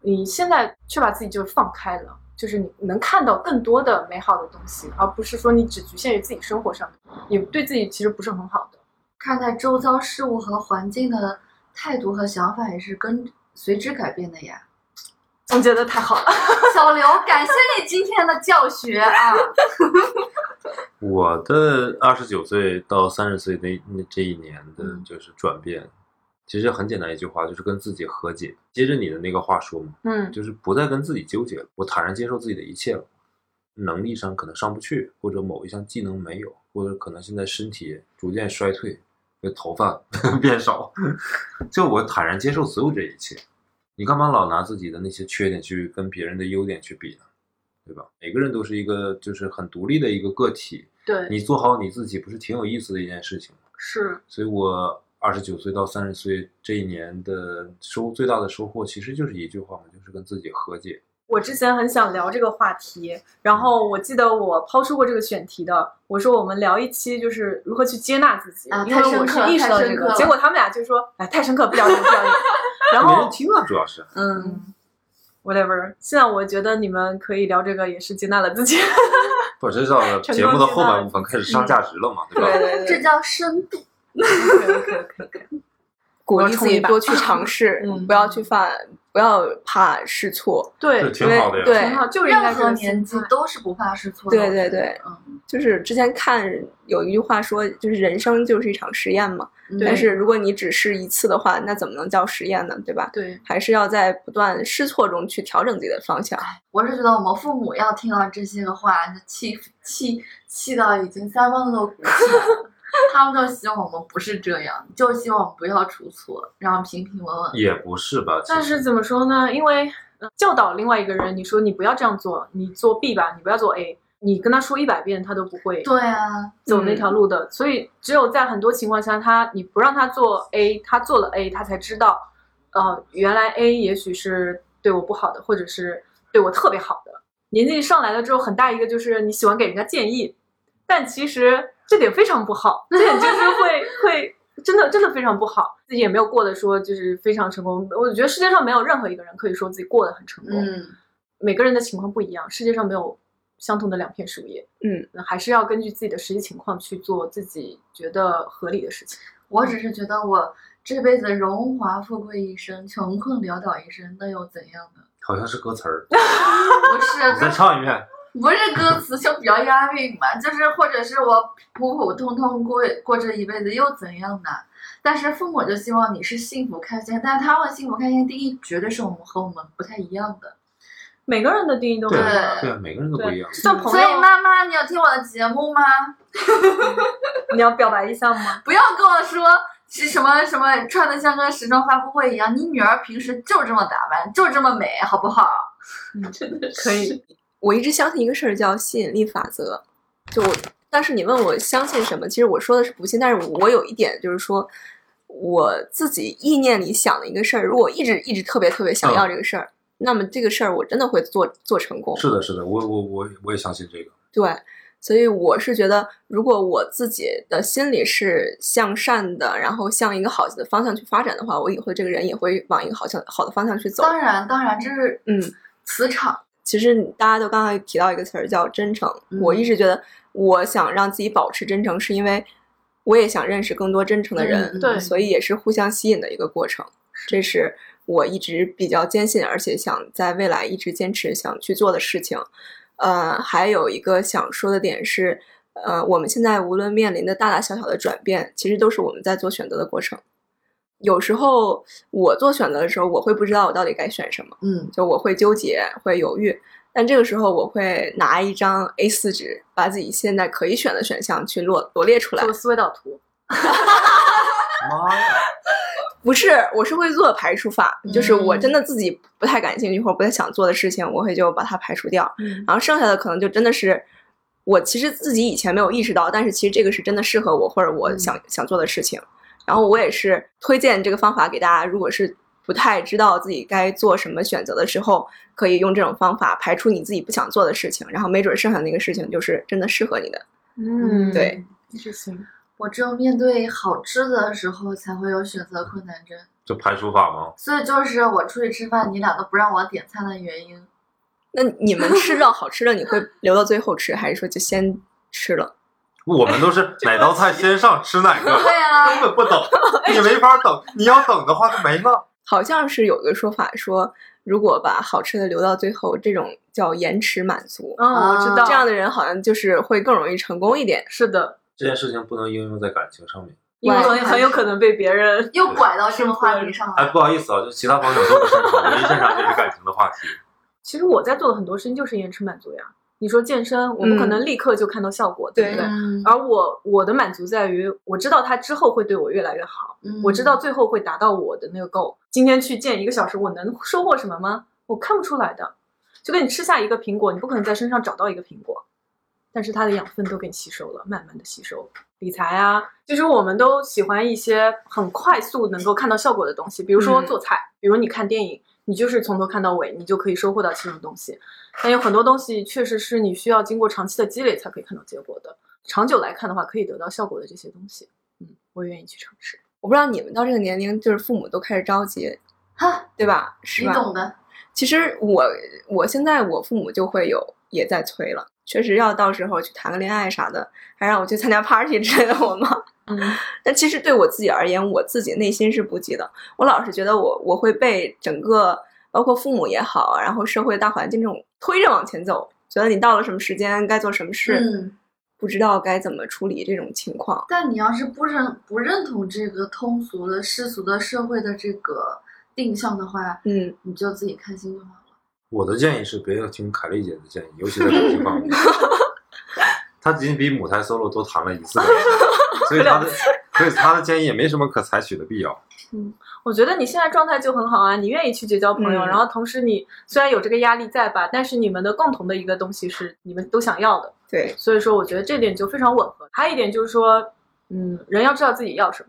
C: 你现在却把自己就放开了，就是你能看到更多的美好的东西，而不是说你只局限于自己生活上面，也对自己其实不是很好的。
A: 看待周遭事物和环境的态度和想法也是跟随之改变的呀。
C: 总结的太好了，
A: 小刘，感谢你今天的教学啊！
B: 我的二十九岁到三十岁那那这一年的
A: 嗯
B: 就是转变，其实很简单一句话，就是跟自己和解。接着你的那个话说嘛，
C: 嗯
B: 就是不再跟自己纠结了，我坦然接受自己的一切了。能力上可能上不去，或者某一项技能没有，或者可能现在身体逐渐衰退，那头发 变少，就我坦然接受所有这一切。你干嘛老拿自己的那些缺点去跟别人的优点去比呢？对吧？每个人都是一个就是很独立的一个个体，
C: 对，
B: 你做好你自己，不是挺有意思的一件事情吗？
C: 是，
B: 所以我二十九岁到三十岁这一年的收最大的收获，其实就是一句话嘛，就是跟自己和解。
C: 我之前很想聊这个话题，然后我记得我抛出过这个选题的，我说我们聊一期就是如何去接纳自己，
A: 啊
C: 因为
A: 太深
C: 我是
A: 刻了
C: 意识
A: 太
C: 到
A: 深
C: 这
A: 刻
C: 个，
A: 了
C: 结果他们俩就说，哎，太深刻，不聊这个，不聊 这个。然
B: 没
C: 后
B: 人听啊，主要是
C: 嗯，whatever，现在我觉得你们可以聊这个，也是接纳了自己。
B: 不知道了
C: 成功
B: 节目的
C: 接纳
B: 后半部分开始上价值了嘛，对吧？
D: 对
A: 这叫深度。
D: 鼓
C: 我
D: 励
C: 要
D: 自
C: 冲一
D: 己
C: 把，
D: 多去尝试
C: 嗯
D: 不要去犯，不要怕试错。
B: 这
C: 对，
B: 挺好的呀。
D: 对
C: 挺好，就是应该
A: 任
C: 这个
A: 何年纪
C: 心态
A: 都是不怕试错的。
D: 对对
A: 我觉得嗯
D: 对，就是之前看有一句话说，就是人生就是一场实验嘛。
A: 嗯，
C: 对
D: 但是如果你只试一次的话，那怎么能叫实验呢？对吧？
C: 对，
D: 还是要在不断试错中去调整自己的方向。
A: 我是觉得我们父母要听到这些个话，就气气气到已经腮帮子都鼓起来了。他们就希望我们不是这样，就希望我们不要出错，然后平平稳稳。
B: 也不是吧，其
C: 但
B: 实
C: 是怎么说呢？因为、呃教导另外一个人，你说你不要这样做，你做 B 吧，你不要做 A，你跟他说一百遍，他都不会
A: 对啊，
C: 走那条路的。所以只有在很多情况下，他你不让他做 A，他做了 A，他才知道，呃，原来 A 也许是对我不好的，或者是对我特别好的。年纪上来了之后，很大一个就是你喜欢给人家建议，但其实这点非常不好，这点就是会会真的真的非常不好，自己也没有过得说就是非常成功。我觉得世界上没有任何一个人可以说自己过得很成功，
A: 嗯，
C: 每个人的情况不一样，世界上没有相同的两片树叶。
D: 嗯，
C: 那还是要根据自己的实际情况去做自己觉得合理的事情。
A: 我只是觉得我这辈子荣华富贵一生，穷困潦倒一生，那又怎样呢？
B: 好像是歌词儿。
A: 不是，
B: 你再唱一遍，
A: 不是歌词就比较押韵嘛， 就是或者是我普普通通过过这一辈子又怎样呢？但是父母就希望你是幸福开心，但是他们幸福开心定义绝对是我们和我们不太一样的。
C: 每个人的定义都不
B: 对
C: 一
A: 对
C: 样。
B: 对啊，每个人都不一样。
C: 像朋
A: 所以
C: 友，
A: 妈妈，你有听我的节目吗？
C: 你要表白一下 吗？
A: 不要跟我说是什么什么穿的像个时装发布会一样，你女儿平时就这么打扮，就这么美，好不好？
C: 真的可以。
D: 我一直相信一个事儿叫吸引力法则，就我，但是你问我相信什么，其实我说的是不信，但是我有一点就是说，我自己意念里想的一个事儿，如果一直一直特别特别
C: 嗯
D: 想要这个事儿，那么这个事儿我真的会做做成功。
B: 是的，是的，我我我我也相信这个。
D: 对，所以我是觉得，如果我自己的心里是向善的，然后向一个好的方向去发展的话，我以后这个人也会往一个好向好的方向去走。
A: 当然，当然，这是
D: 嗯，
A: 磁场。
D: 其实你大家都刚才提到一个词儿叫真诚，
A: 嗯
D: 我一直觉得我想让自己保持真诚，是因为我也想认识更多真诚的人，
A: 嗯
C: 对
D: 所以也是互相吸引的一个过程。这是我一直比较坚信，而且想在未来一直坚持想去做的事情。呃，还有一个想说的点是，呃，我们现在无论面临的大大小小的转变，其实都是我们在做选择的过程。有时候我做选择的时候，我会不知道我到底该选什么。
A: 嗯，
D: 就我会纠结，会犹豫。但这个时候，我会拿一张 A 4纸，把自己现在可以选的选项去罗罗列出来
C: 做。思维导图，
B: 妈呀！
D: 不是，我是会做排除法，就是我
A: 嗯
D: 真的自己不太感兴趣或者不太想做的事情，我会就把它排除掉。
C: 嗯，
D: 然后剩下的可能就真的是我其实自己以前没有意识到，但是其实这个是真的适合我或者我想、想做的事情。然后我也是推荐这个方法给大家，如果是不太知道自己该做什么选择的时候，可以用这种方法排除你自己不想做的事情，然后没准剩下那个事情就是真的适合你的。
C: 嗯
D: 对，
C: 是行。
A: 我只有面对好吃的时候才会有选择困难症，
B: 这排除法吗？
A: 所以就是我出去吃饭，你俩都不让我点菜的原因。
D: 那你们吃到好吃的，你会留到最后吃，还是说就先吃了？
B: 我们都是哪道菜先上吃哪
A: 对
B: 个，根
A: 啊，
B: 本不等，你没法等。你要等的话就没了。
D: 好像是有一个说法说，如果把好吃的留到最后，这种叫延迟满足。
C: 嗯，我知道。
D: 这样的人好像就是会更容易成功一点。
C: 是的，
B: 这件事情不能应用在感情上面。
C: 因为
D: 哇
C: 很很有可能被别人
A: 又拐到这个话题上
B: 哎，
A: 了。
B: 不好意思啊，就其他方面我都不擅长，我一擅长就是感情的话题。
C: 其实我在做的很多事情就是延迟满足呀。你说健身，我
D: 嗯
C: 们可能立刻就看到效果，对不
D: 对
C: 对？
A: 嗯，
C: 而我我的满足在于，我知道它之后会对我越来越好，
A: 嗯
C: 我知道最后会达到我的那个 goal。今天去健一个小时，我能收获什么吗？我看不出来的。就跟你吃下一个苹果，你不可能在身上找到一个苹果，但是它的养分都给你吸收了，慢慢的吸收。理财啊，其实我们都喜欢一些很快速能够看到效果的东西，比如说
D: 嗯
C: 做菜，比如你看电影，你就是从头看到尾，你就可以收获到其中的东西。但有很多东西确实是你需要经过长期的积累才可以看到结果的，长久来看的话，可以得到效果的这些东西，嗯，我愿意去尝试。
D: 我不知道你们到这个年龄，就是父母都开始着急，
A: 哈，
D: 对吧？是
A: 你
D: 吧？
A: 懂的。
D: 其实我我现在我父母就会有也在催了，确实要到时候去谈个恋爱啥的，还让我去参加 party 之类的，我妈。
C: 嗯，
D: 但其实对我自己而言，我自己内心是不急的。我老是觉得我我会被整个包括父母也好，然后社会大环境这种推着往前走，觉得你到了什么时间该做什么事，
A: 嗯，
D: 不知道该怎么处理这种情况。
A: 但你要是不认不认同这个通俗的、世俗的、社会的这个定向的话，
D: 嗯，
A: 你就自己开心就好了。
B: 我的建议是，别要听凯丽姐的建议，尤其在感情方面。她仅比母胎 solo 多谈了一次感情，所以她的，所以她的建议也没什么可采取的必要。
C: 我觉得你现在状态就很好啊，你愿意去结交朋友，
D: 嗯
C: 然后同时你虽然有这个压力在吧，但是你们的共同的一个东西是你们都想要的，
D: 对，
C: 所以说我觉得这点就非常吻合。还有一点就是说，嗯，人要知道自己要什么，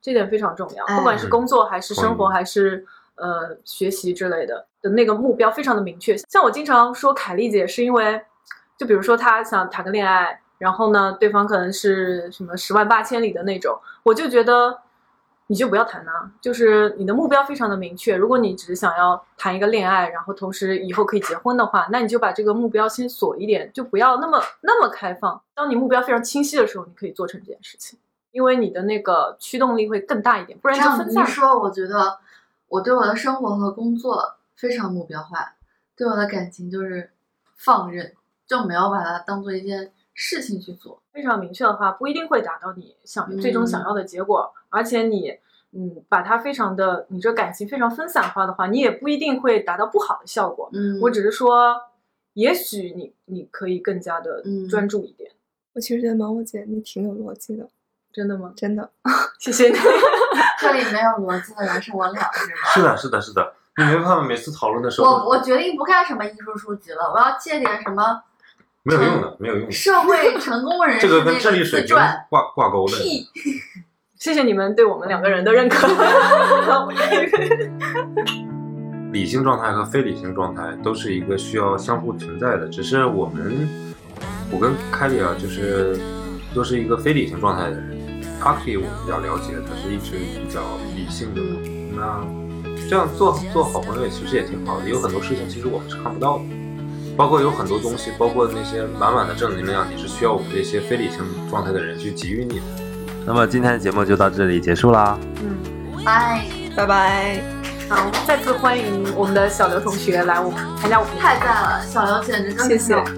C: 这点非常重要，
A: 哎
C: 不管是工作还是生活
B: 同意
C: 还是呃学习之类的的那个目标非常的明确。像我经常说凯丽姐是因为，就比如说她想谈个恋爱，然后呢对方可能是什么十万八千里的那种，我就觉得。你就不要谈呐、就是你的目标非常的明确。如果你只是想要谈一个恋爱，然后同时以后可以结婚的话，那你就把这个目标先锁一点，就不要那么那么开放。当你目标非常清晰的时候，你可以做成这件事情，因为你的那个驱动力会更大一点，不然
A: 这
C: 就
A: 样
C: 分
A: 你一
C: 散了。
A: 说，我觉得我对我的生活和工作非常目标化，对我的感情就是放任，就没有把它当做一件事情去做。
C: 非常明确的话，不一定会达到你想
A: 嗯
C: 最终想要的结果，而且你嗯，把它非常的你这感情非常分散化的话，你也不一定会达到不好的效果。
A: 嗯，
C: 我只是说，也许你你可以更加的
A: 嗯
C: 专注一点。
D: 我其实觉得毛毛姐你挺有逻辑的，
C: 真的吗？
D: 真的。
C: 谢谢你。
A: 这里没有逻辑的人是我俩，是吧？
B: 是的，是的，是的，你没办法，每次讨论的时候
A: 我我决定不看什么艺术书籍了，我要借点什么
B: 没有用的，没有用的，
A: 社 会成功人士
B: 这个跟智
A: 那
B: 力
A: 个
B: 水
A: 自
B: 平
A: 传。
B: 挂挂钩的。
A: 屁！
C: 谢谢你们对我们两个人的认 可。
B: 理性状态和非理性状态都是一个需要相互存在的，只是我们，我跟凯里啊，就是都是一个非理性状态的人。阿 K 我比较了解，他是一直比较理性的。那这样做做好朋友也其实也挺好的，有很多事情其实我们是看不到的，包括有很多东西，包括那些满满的正能量，也是需要我们这些非理性状态的人去给予你的。
G: 那么今天的节目就到这里结束啦。
C: 嗯，
A: 哎，
D: 拜拜。
C: 好，再次欢迎我们的小刘同学来我们参加我们的
A: 太赞了，小刘简直就是
D: 谢谢
A: 那种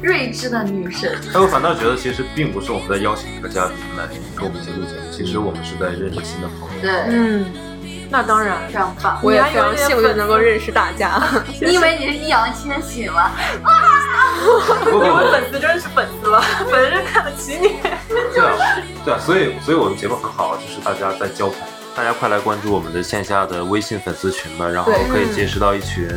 A: 睿智的女神。
B: 但我反倒觉得，其实并不是我们在邀请一个嘉宾来跟我们一起录节目，其实我们是在认识新的 朋友。
A: 对，
C: 嗯，那当然
A: 非，常棒。
D: 我也
C: 你还
D: 非常
C: 有点
D: 幸运
C: 粉
D: 能够认识大家。
A: 你以为你是易烊千玺吗？
B: 不不
C: 你们
B: 不，
C: 粉丝真的是粉丝了，粉丝看得起你。
B: 对啊，对啊，所以所以我们节目很好，啊就是大家在交朋友。
G: 大家快来关注我们的线下的微信粉丝群吧，然后
D: 对
G: 可以结识到一群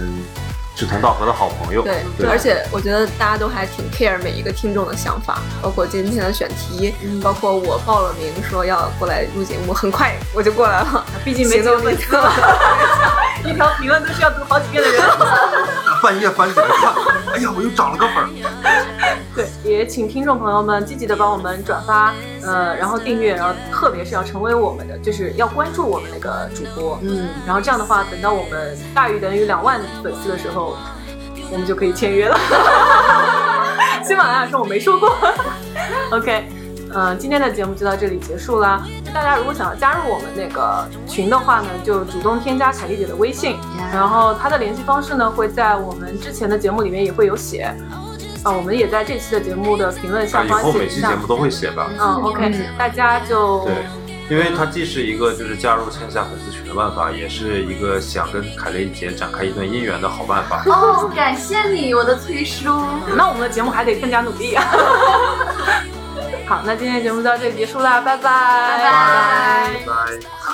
G: 志同道合的好朋友。
D: 对，
B: 啊
G: 对
D: 而且我觉得大家都还挺 care 每一个听众的想法，包括今天的选题，包括我报了名说要过来录节目，很快我就过来了，
C: 毕竟没几个粉丝了， 一条评论都需要读好几遍的人。
B: 半夜翻起来看，哎呀，我又涨了个粉儿。
C: 对，也请听众朋友们积极的帮我们转发，呃，然后订阅，然后特别是要成为我们的，就是要关注我们那个主播。
A: 嗯，
C: 然后这样的话，等到我们大于等于两万粉丝的时候，我们就可以签约了。喜马拉雅说我没说过。OK，呃，今天的节目就到这里结束啦。大家如果想要加入我们那个群的话呢，就主动添加凯丽姐的微信，然后她的联系方式呢会在我们之前的节目里面也会有写。啊，我们也在这期的节目的评论下
B: 以
C: 方
B: 后
C: 写
B: 每
C: 一
B: 期
C: 下
B: 节。目都会写吧？
C: 嗯，OK，大家就
B: 对，因为它既是一个就是加入线下粉丝群的办法，也是一个想跟凯丽姐展开一段姻缘的好办法。
A: 哦，感谢你，我的崔叔。
C: 那我们的节目还得更加努力。 好，那今天的节目就到这里结束啦，拜拜，拜
A: 拜
B: 拜拜。